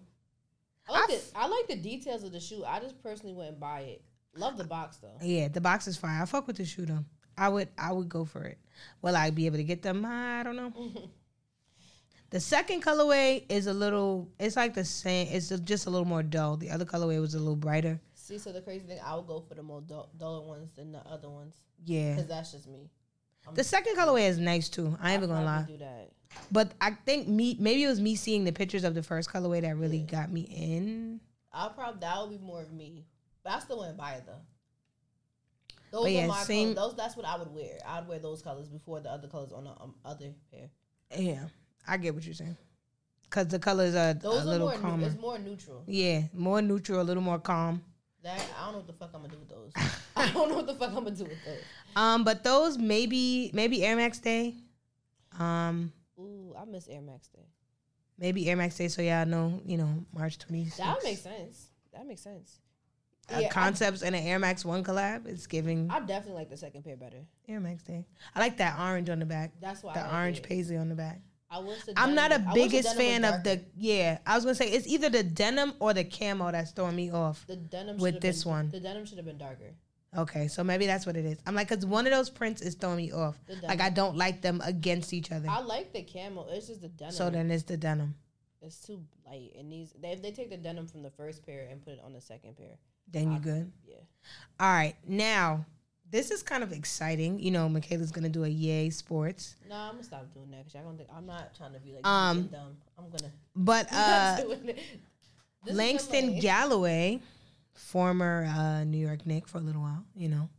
I like,
I
the, I like the details of the shoe. I just personally wouldn't buy it. Love the box though.
Yeah, the box is fine. I fuck with the shoe though. I would I would go for it. Will I be able to get them? I don't know. The second colorway is a little. It's like the same. It's just a little more dull. The other colorway was a little brighter.
see, so the crazy thing, I would go for the more dull, duller ones than the other ones
Yeah.
because that's just me.
The second colorway is nice too. I ain't even gonna lie.
probably Do that.
But I think me maybe it was me seeing the pictures of the first colorway that really got me in.
I'll probably that would be more of me, but I still wouldn't buy it though. Those
But yeah,
are my
same-
colors. Those that's what I would wear. I'd wear those colors before the other colors on the um, other pair.
Yeah, I get what you're saying. Cause the colors are
Those
a
are
little
more. neu-
calmer.
It's more neutral.
Yeah, more neutral, a little more calm.
That I don't know what the fuck I'm gonna do with those. I don't know what the fuck I'm gonna do with those.
Um, but those maybe maybe Air Max Day. Um,
Ooh, I miss Air Max Day.
maybe Air Max Day, so y'all know, you know, March twenty
That would
sixth.
make sense. That makes sense.
Uh,
yeah, I-
concepts and an Air Max One collab. It's giving
I definitely like the second pair better.
Air Max Day. I like that orange on the back.
That's why I
The
like
orange
it.
paisley on the back.
I wish the
I'm not a
denim- I wish the
biggest
denim
fan
was
of the
darker.
yeah. I was gonna say it's either the denim or the camo that's throwing me off.
the denim
with
should've
this
been-
one.
The denim should have been darker.
Okay, so maybe that's what it is. I'm like, cause one of those prints is throwing me off.
The
Like
denim.
I don't like them against each other.
I like the camel. It's just the denim.
So then it's the denim.
It's too light. It needs. They, if they take the denim from the first pair and put it on the second pair,
Then you
I-
good.
yeah.
All right, now this is kind of exciting. You know, Michaela's gonna do a yay sports,
No, I'm gonna stop doing that because I don't think I'm not trying to be like
Um,
um, dumb. I'm gonna.
but uh,
doing it. This is for
Langston
money.
Galloway, former uh, New York Knick for a little while, you know,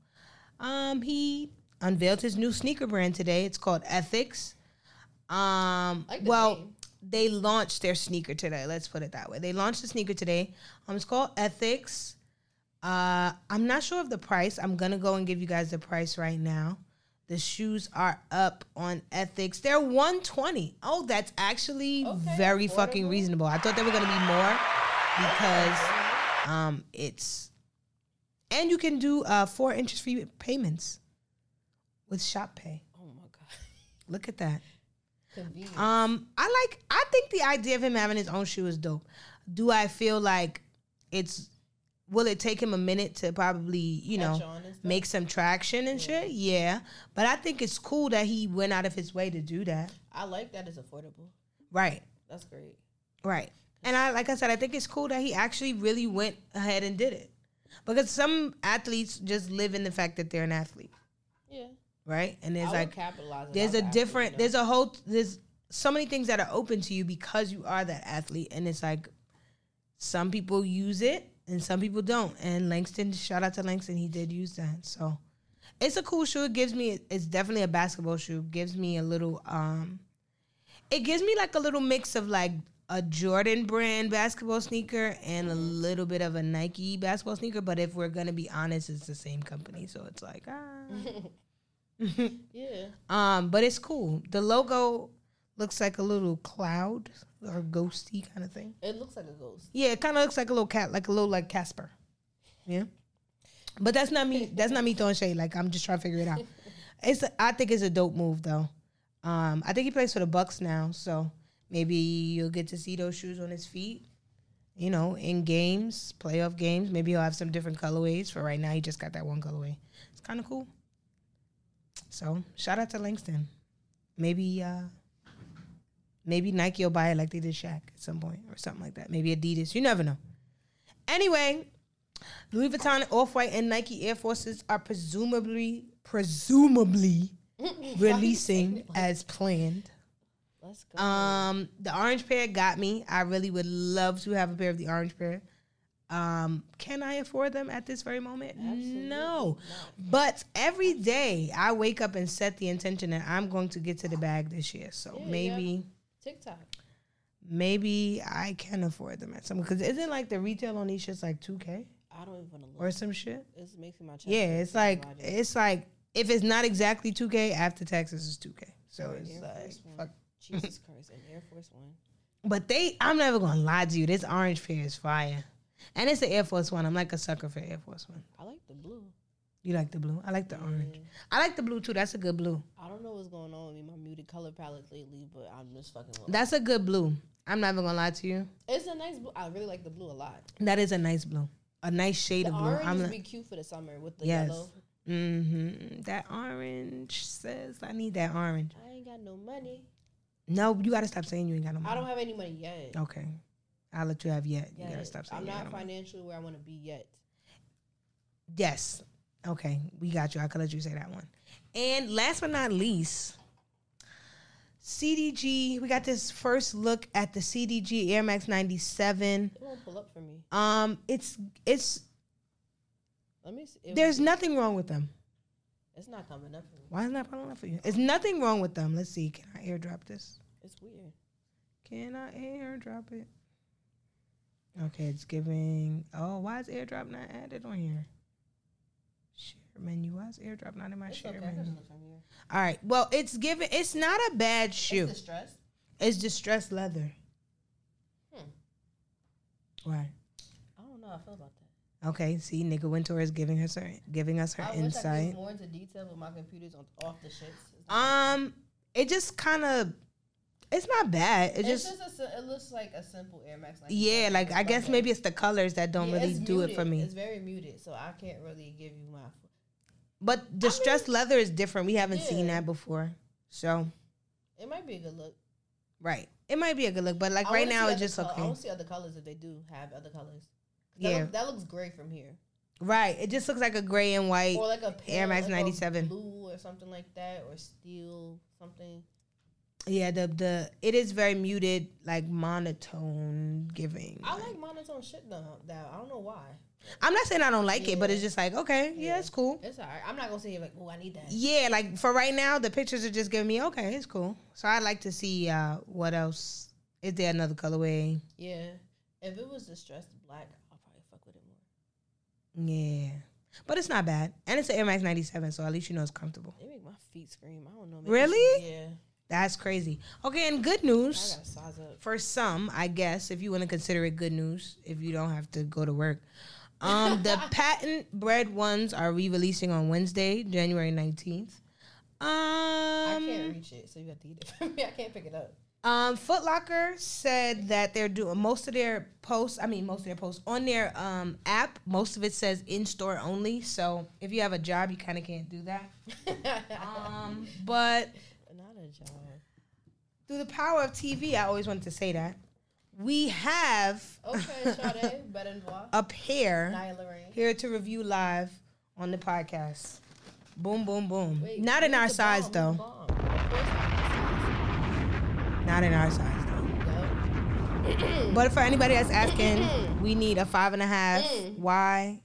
um, he unveiled his new sneaker brand today. It's called Ethics. Um,
I like the
well,
name.
they launched their sneaker today. Let's put it that way. They launched the sneaker today. Um, it's called Ethics. Uh, I'm not sure of the price. I'm gonna go and give you guys the price right now. The shoes are up on Ethics. They're 120. Oh, that's actually
Okay,
very fucking
affordable.
reasonable. I thought they were gonna be more because um it's and you can do uh four interest free payments with Shop Pay.
Oh my god,
Look at that.
convenient.
Um, I like. I think the idea of him having his own shoe is dope. Do I feel like it's? Will it take him a minute to probably you
Catch
know
on and stuff.
make some traction and shit? Yeah, but I think it's cool that he went out of his way to do that.
I like that it's affordable.
Right,
That's great.
right. And I like I said, I think it's cool that he actually really went ahead and did it because some athletes just live in the fact that they're an athlete,
Yeah,
right? And there's
I
like
would capitalize. if I
there's
was
a
an athlete,
different
you know.
there's a whole there's so many things that are open to you because you are that athlete. And it's like some people use it and some people don't. And Langston, shout out to Langston, he did use that. So it's a cool shoe. It gives me it's definitely a basketball shoe. It gives me a little um it gives me like a little mix of like a Jordan brand basketball sneaker and a little bit of a Nike basketball sneaker, but if we're gonna be honest, it's the same company, so it's like ah.
Yeah.
Um, but it's cool. The logo looks like a little cloud or ghosty kind of thing.
It looks like a ghost.
Yeah, it kind of looks like a little cat, like a little like Casper. Yeah, but that's not me. That's not me throwing shade. Like I'm just trying to figure it out. It's I think it's a dope move though. Um, I think he plays for the Bucks now, so maybe you'll get to see those shoes on his feet. You know, in games, playoff games, maybe he'll have some different colorways. For right now, he just got that one colorway. It's kind of cool. So shout out to Langston. Maybe uh maybe Nike will buy it like they did Shaq at some point or something like that. Maybe Adidas. You never know. Anyway, Louis Vuitton, Off White, and Nike Air Forces are presumably presumably releasing as planned.
Let's go.
Um, the orange pair got me. I really would love to have a pair of the orange pair. Um, can I afford them at this very moment? No. But every day I wake up and set the intention that I'm going to get to the bag this year. So
Yeah,
maybe
TikTok.
maybe I can afford them at some because isn't like the retail on these shits like two K
I don't even want to
or
look.
some shit?
It's making my chest.
Yeah,
hurt.
it's like
Why I did-
it's like if it's not exactly two K after taxes is two K. So
Right,
it's
Air
like
Force
fuck.
One. Jesus Christ, an Air Force One.
But they, I'm never gonna lie to you. This orange pair is fire, and it's the Air Force One. I'm like a sucker for Air Force One.
I like the blue.
You like the blue? I like the orange. I like the blue too. That's a good blue.
I don't know what's going on with me, my muted color palette lately, but I'm just fucking. with it.
That's a good blue. I'm not even gonna lie to you.
It's a nice blue. I really like the blue a lot.
That is a nice blue, a nice shade
The
of blue.
orange
I'm
would
like,
be cute for the summer with the
Yes.
yellow.
mm-hmm. That orange says I need that orange.
I ain't got no money.
No, you gotta stop saying you ain't got no money.
I don't have any money yet.
Okay, I'll let you have yet. Oh, You gotta
Yet.
stop saying
I'm
you ain't
not
got no money.
financially where I want to be yet.
Yes. Okay, we got you. I could let you say that one. And last but not least, CDG. We got this first look at the CDG Air Max 97.
It won't pull up for me.
Um, it's it's
Let me see. It
there's
was-
nothing wrong with them.
It's not coming up for me.
Why is that pulling up for you? It's nothing wrong with them. Let's see. Can I airdrop this?
It's weird.
Can I airdrop it? Okay, it's giving. Oh, why is airdrop not added on here? Share menu. Why is airdrop not in my
It's
share
okay. I
menu?
can look from here.
All right. Well, it's given. It's not a bad shoe.
It's distressed.
It's distressed leather.
Hmm.
Right.
I don't know how I feel about that.
Okay. See, Nigga Wintour is giving us her giving us her
I wish I could
insight.
get more into detail, but my computer's on off the shits. It's not-
Um, it just kind of. It's not bad. It
It's
just,
just a, si- it looks like a simple Air Max.
yeah.
97.
Like I
It's
guess
okay.
maybe it's the colors that don't
Yeah,
really
it's
do it for
muted.
me.
It's very muted, so I can't really give you my.
but distressed leather is different. We haven't seen
Yeah.
that before. So
It might be a good look.
right, it might be a good look. But like
I
right
wanna see
now, it's
other
just
col- I
okay.
want to see other colors if they do have other colors. That
Yeah.
look- that looks great from here,
Right. It just looks like a gray and white.
or like a pale,
Air Max
like a
97.
blue or something like that, or steel something.
Yeah, the the it is very muted, like monotone giving.
I like monotone shit though. That I don't know why.
I'm not saying I don't like it, but
Yeah.
it's just like okay, yeah,
Yeah.
it's cool.
It's alright. I'm not gonna say like, oh, I need that.
Yeah, like for right now, the pictures are just giving me okay, it's cool. So I'd like to see uh what else. Is there another colorway?
Yeah. If it was distressed black, I'll probably fuck with it more.
Yeah, but it's not bad, and it's an Air Max 97, so at least you know it's comfortable.
They make my feet scream. I don't know. maybe-
Really?
Yeah.
That's crazy. Okay, and good
I
news.
gotta size up.
for some, I guess, if you want to consider it good news, if you don't have to go to work. Um, the patent bread ones are re-releasing on Wednesday, January nineteenth.
I
Um,
can't reach it, so you have to eat it for me. I can't pick it up.
um, Foot Locker said that they're doing most of their posts. I mean, most of their posts on their um app. Most of it says in store only. So if you have a job, you kind of can't do that. Um, but
Not a job.
through the power of TV, I always wanted to say that we have
Okay, Sade, Better Noir,
a pair.
Nyla Rain.
here to review live on the podcast. Boom, boom, boom.
Wait,
Not in
who's
our
the
size
bomb?
though.
Who's the bomb? Of course not my size.
Not in our size though.
Yup.
But for anybody that's asking, we need a five and a half
Mm.
Y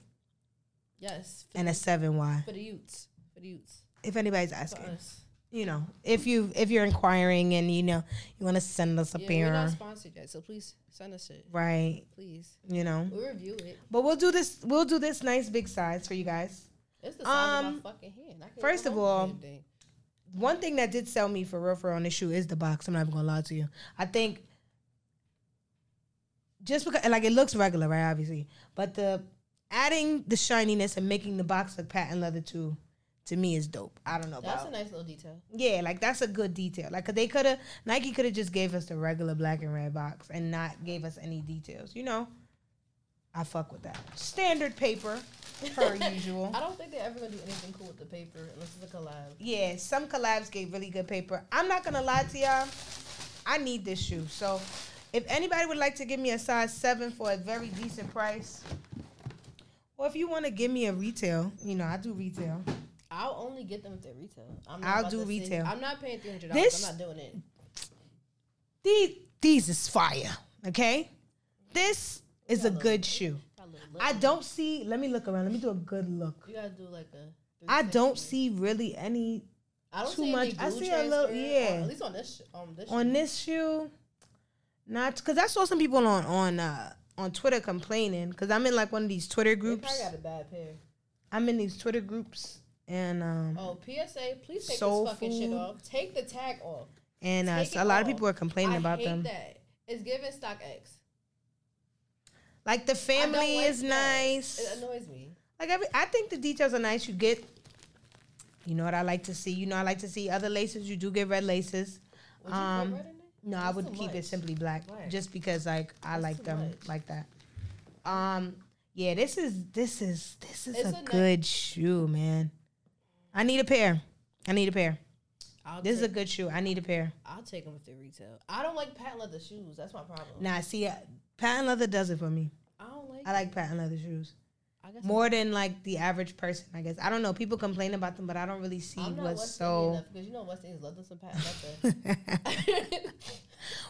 Yes. For,
and a seven Y.
for the youths. For the youths.
If anybody's
For
asking,
us.
you know, if you if you're inquiring and you know you want to send us a
Yeah,
beer,
we're not sponsored yet, so please send us it.
right?
Please.
You know.
We'll review it.
But we'll do this. We'll do this nice big size for you guys.
It's the size
Um,
of my fucking hand. I can't
first
hold
of
on to
all,
that thing.
One thing that did sell me for real, for real on this shoe is the box. I'm not even gonna lie to you. I think just because like it looks regular, right? Obviously, but the adding the shininess and making the box look patent leather too, to me is dope. I don't know
that's
about
a nice little detail.
yeah, like that's a good detail. Like 'cause they could have Nike could have just gave us the regular black and red box and not gave us any details. You know, I fuck with that standard paper per usual.
I don't think they're ever gonna do anything cool with the paper unless it's a collab.
Yeah, some collabs gave really good paper. I'm not gonna lie to y'all. I need this shoe. So if anybody would like to give me a size seven for a very decent price, or if you want to give me a retail, you know, I do retail.
I'll only get them if they're retail. I'm not
I'll
about
do
to sit-
retail.
I'm not paying three hundred
This-
dollars. I'm not doing it.
These these is fire. Okay? This is a good shoe.
I look- look.
I don't see let me look around. Let me do a good look.
you gotta do like a.
I
360.
don't see really any
I don't
too
see any
much. I
glue
see a little-
transfer,
yeah.
on- at least on this. sh- Um, this.
on
shoe.
this shoe, not because I saw some people on on uh, on Twitter complaining because I'm in like one of these Twitter
They
groups.
probably got a bad pair.
I'm in these Twitter groups and um
Oh, PSA! Please take
Soul
this fucking
food.
shit off. Take the tag off.
and uh,
Take
so a
it
lot of
off.
people are complaining
I
about
hate
them.
That it's giving stock X.
Like the
I don't
family
like
is
that.
nice.
It annoys me.
Like every, I think the details are nice. You get, you know what I like to see. You know I like to see other laces. You do get red laces.
Would you
Um,
put red in it?
No, I
That's
would
too
keep it
much.
simply black,
Black.
just because like I
That's
like
too
them
much.
like that. Um, yeah, this is this is this is
It's
a,
a ni-
good shoe, man. I need a pair. I need a pair.
I'll
This is a
take,
good shoe. I need a pair.
I'll take them if they retail. I don't like patent leather shoes. That's my problem.
Nah, see, uh, patent leather does it for me.
I don't like.
I like patent leather shoes
I guess
more than like the average person, I guess. I don't know. People complain about them, but I don't really see
I'm not
what's
West Indian
so.
enough because you know West Indians love them some patent leather.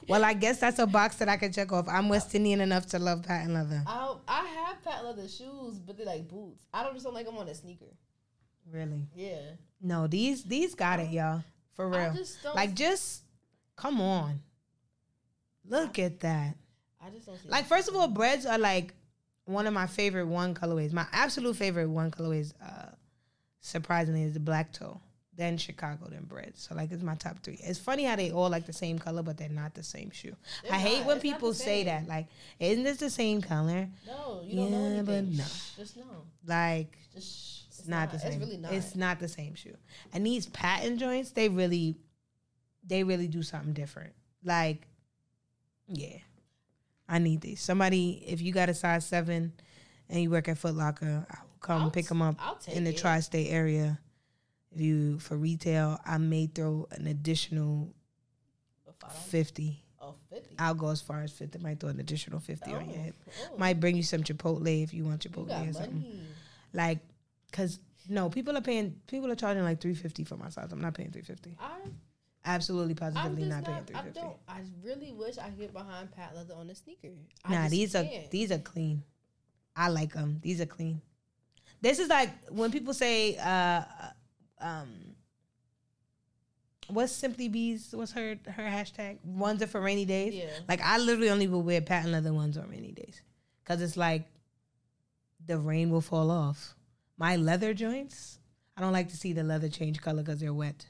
Well, I guess that's a box that I can check off. I'm West Indian enough to love patent leather.
I I have patent leather shoes, but they're like boots. I don't just don't like them on a sneaker.
Really.
Yeah,
No, these these got it, y'all. For
I
real.
just don't.
Like just come on. Look at that.
I just don't see.
Like first of all, breads are like one of my favorite one colorways. My absolute favorite one colorways, uh, surprisingly, is the black toe. Then Chicago, then breads. So like it's my top three. It's funny how they all like the same color, but they're not the same shoe.
They're
I hate
not.
when
It's not the
people say
same.
that. Like, isn't this the same color?
no, you don't know
Yeah, but
anything.
no.
Shh, just no.
Like
Just shh. It's,
it's not, the same.
It's really not.
It's not the same shoe. And these patent joints, they really, they really do something different. Like, yeah, I need these. Somebody, if you got a size seven and you work at Foot Locker, I will come
I'll
pick
t-
them up
I'll take
in the
it.
tri-state area. If you for retail, I may throw an additional
But five dollars?
fifty.
Oh, 50.
I'll go as far as fifty. Might throw an additional fifty on your hip.
oh,
Might bring you some Chipotle if you want
you
Chipotle
got
or something
money.
like because no people are paying people are charging like 350 for my size i'm not paying 350
I
absolutely
I'm
positively
just
not,
not.
paying
I
350
don't. I really wish I could get behind pat leather on a sneaker. I
nah
just
these are
can't.
these are clean i like them these are clean this is like when people say uh um what's simply bees what's her her hashtag ones are for rainy days
Yeah.
like i literally only will wear patent leather ones on rainy days because it's like the rain will fall off my leather joints i don't like to see the leather change color because they're wet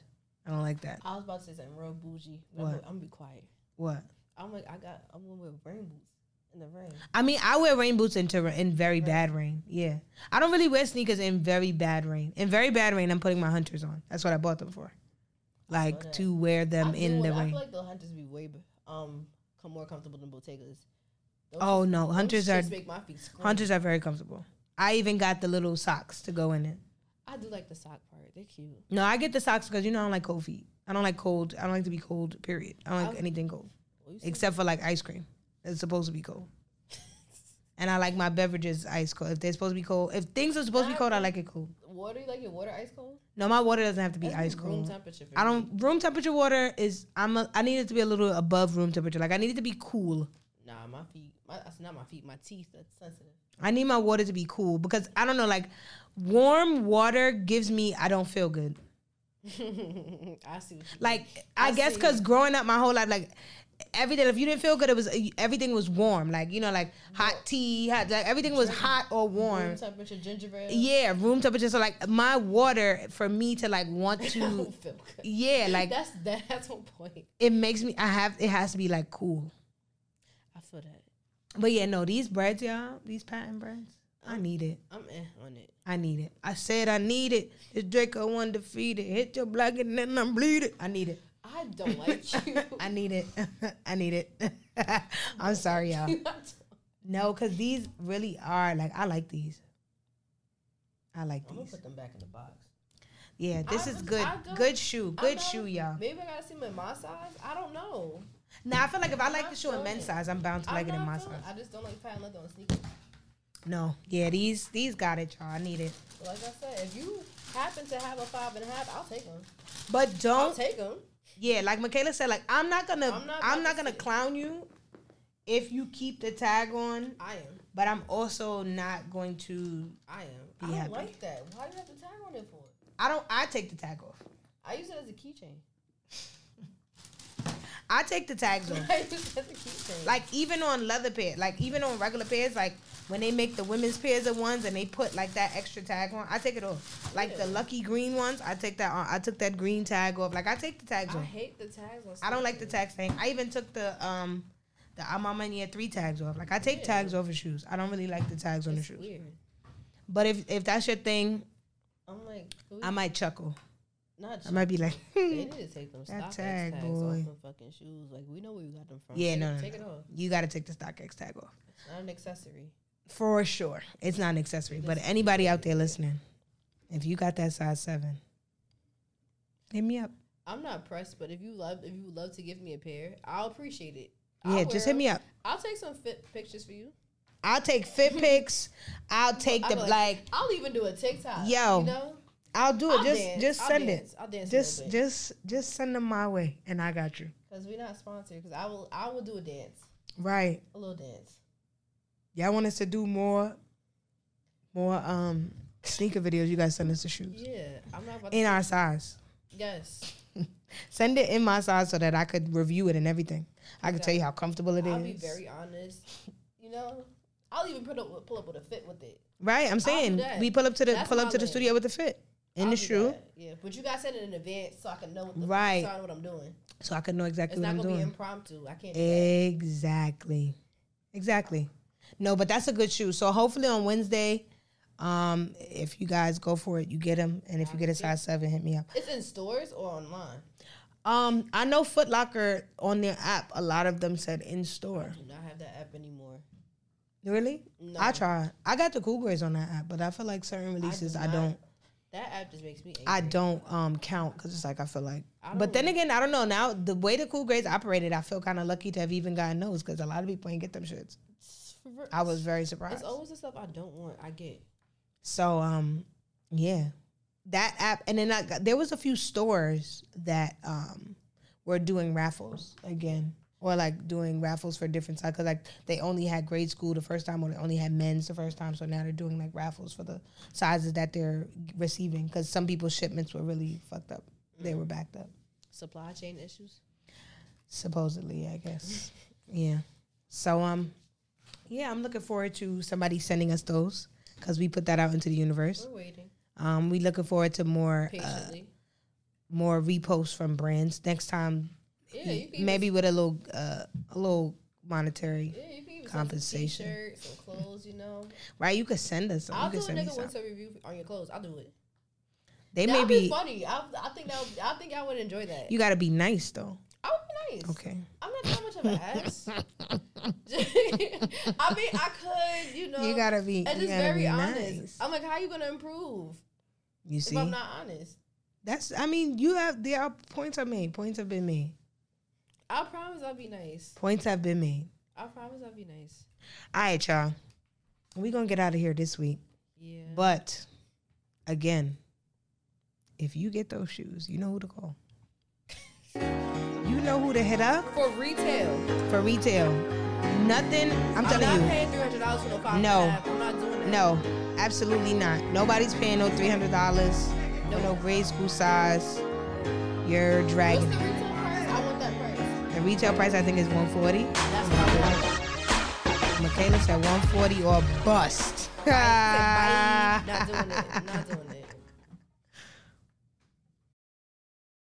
i don't like that
I was about to say something real bougie. But
What?
I'm, gonna- I'm gonna be quiet.
what
I'm like, I got. I'm gonna wear rain boots in the rain.
I mean, I wear rain boots into ra- in very bad rain. Yeah, I don't really wear sneakers in very bad rain. In very bad rain, I'm putting my hunters on. That's what I bought them for, like
that.
to wear them
I
in
feel
the
like- I
rain.
feel like the hunters be way b- um come more comfortable than bottegas. Those
oh no,
shits-
hunters are
those shits make my feet scream.
hunters are very comfortable. I even got the little socks to go in it.
I do like the sock part. They're cute.
No, I get the socks because you know I don't like cold feet. I don't like cold. I don't like to be cold. Period. I don't like
I-
anything cold
Well, you see-
except for like ice cream. It's supposed to be cold. and I like my beverages ice cold. If they're supposed to be cold, if things are supposed to be cold, I like it cold.
Water, you like your water ice cold?
No, my water doesn't have to be
That's
ice
room
cold.
temperature. for
I
me.
don't room temperature water is I'm a, I need it to be a little above room temperature. Like I need it to be cool.
Nah, my feet. My, that's not my feet. My teeth. That's sensitive.
I need my water to be cool because I don't know like warm water gives me I don't feel good.
I see. What you
Like I,
I
guess
see.
because growing up my whole life like everything if you didn't feel good it was everything was warm like you know like hot tea hot like everything was hot or warm.
room temperature ginger ale.
um, Yeah, room temperature. So like my water for me to like want
I
to
don't feel good.
yeah like
that's that, that's one point.
it makes me I have it has to be like cool.
I feel that.
But yeah, no, these breads, y'all, these patent breads, I need it.
I'm eh on it.
I need it. I said I need it. This Draco undefeated. Hit your black and then I'm bleeding. I need it.
I don't like you.
I need it. I need it. I'm sorry, y'all.
You not-
No, because these really are like I like these. I like
I'm gonna
these.
put them back in the box.
Yeah, this
I
is
was-
good.
I don't-
Good shoe.
I
Good
know.
shoe, y'all.
Maybe I gotta see them in my size. I don't know.
Now I feel like if I like
not
the shoe in
feeling
men's
it.
size, I'm bound to
I'm
like it in
not
my
feeling-
size.
I just don't like patent leather on sneakers.
No, yeah, these these got it, y'all. I need it.
But like I said, if you happen to have a five and a half, I'll take them.
But
I'll
don't
take them.
Yeah, like Michaela said, like I'm not gonna I'm
I'm
not,
not about to
gonna
sit.
clown you if you keep the tag on,
I am.
but I'm also not going to
I am.
Be
I don't
happy.
like that. Why do you have to tag on it for?
I don't I take the tag off.
I use it as a keychain.
I take the tags off.
I use it as a keychain.
Like even on leather pair, like even on regular pairs, like when they make the women's pairs of ones and they put like that extra tag on, I take it off. Like the
Yeah.
lucky green ones, I take that on. I took that green tag off. Like I take the tags
I
off.
hate the tags on.
I don't like the
sneakers.
tags thing. I even took the um the Amamania three tags off. Like I take
Yeah.
tags off of shoes. I don't really like the tags on the
It's
shoes.
Weird.
But if if that's your thing,
I'm like, who-
I might chuckle.
not.
I might be like,
They need to take them
That
stock
tag,
tags
boy.
off them fucking shoes. Like we know where you got them from.
Yeah,
take
no,
it,
no,
take
no.
it off.
you got to take the StockX tag off
It's not an accessory.
for sure. It's not an accessory, but anybody out there listening, if you got that size seven, hit me up.
I'm not pressed, but if you love, if you love to give me a pair, I'll appreciate it.
Yeah, just hit me up.
I'll take some fit pictures for you.
I'll take fit pics. I'll take the
I'll be
like.
I'll even do a TikTok.
Yo,
you know,
I'll do it.
I'll
just
dance.
just
I'll
send
dance.
it.
I'll dance. Just,
Just
a little bit.
just just send them my way, and I got you.
because we're not sponsored. Because I will, I will do a dance,
Right.
a little dance.
Y'all want us to do more, more um sneaker videos? You guys send us the shoes
Yeah, I'm not about. To,
in our size.
yes,
Send it in my size so that I could review it and everything. I could tell you how comfortable it is.
I'll be very honest. You know, I'll even put up, pull up with a fit with it.
right, I'm saying
that.
we pull up to the
That's
pull up
my
to the
lane.
studio with the fit in
I'll
the
do
shoe,
that, Yeah, but you guys said it in advance so I can know what the
Right.
so I know what I'm doing.
so I could know
It's
exactly what
not
I'm
gonna be
doing. Eh.
impromptu. I can't. do that.
Exactly, exactly. No, but that's a good shoe. So hopefully on Wednesday, um, if you guys go for it, you get them, and if you get a size seven, hit me up.
It's in stores or online.
Um, I know Foot Locker on their app, a lot of them said in store.
Do not have that app anymore.
Really?
No.
I tried. I got the cool grades on that app, but I feel like certain releases I
not.
don't.
That app just makes me. Angry.
I don't um count because it's like I feel like.
I
But
don't
then again, I don't know. Now the way the cool grades operated, I feel kind of lucky to have even gotten those because a lot of people ain't get them shits. I was very surprised.
It's always the stuff I don't want. I get.
So um, yeah, that app, and then I got, there was a few stores that um were doing raffles again. Or like doing raffles for different size, cause like they only had grade school the first time, or they only had men's the first time. So now they're doing like raffles for the sizes that they're receiving, cause some people's shipments were really fucked up. They were backed up.
Supply chain issues.
supposedly i guess yeah so um yeah i'm looking forward to somebody sending us those because we put that out into the universe
We're waiting
um we looking forward to more uh,
patiently.
more reposts from brands next time
yeah, you can
maybe with a little uh a little monetary
Even, yeah, you can even
compensation.
compensation. Some t-shirts, some clothes. You know,
right you could send us some.
I'll
You
do
could
a
send me
nigga
some.
once a review on your clothes. I'll do it.
they may
That'd be
be
funny. I, I think that. Would, I think I would enjoy that.
you gotta be nice though
I would be nice.
okay
I'm not that much of an ass. I mean, I could, you know.
you gotta be
It's
you
just
gotta be
very honest.
nice
I'm like, how you gonna improve
you
if
see
I'm not honest?
that's i mean you have there are points are made points have been made
I promise I'll be nice.
points have been made
I promise I'll be nice.
All right, y'all. we gonna get out of here this week.
Yeah.
But again, if you get those shoes, you know who to call. you know who to hit up
for retail,
for retail. Nothing. I'm
I'm
telling
not
you.
paying three hundred dollars for no five.
No.
five. I'm not doing that.
No, absolutely not. Nobody's paying no three hundred dollars for no grade school size. You're
What's the
dragging.
retail price? I want that price.
The retail price I think is one forty.
That's what I want.
Michaela said one forty or bust. Ah.
Bye. Say bye. Not doing it. Not doing it.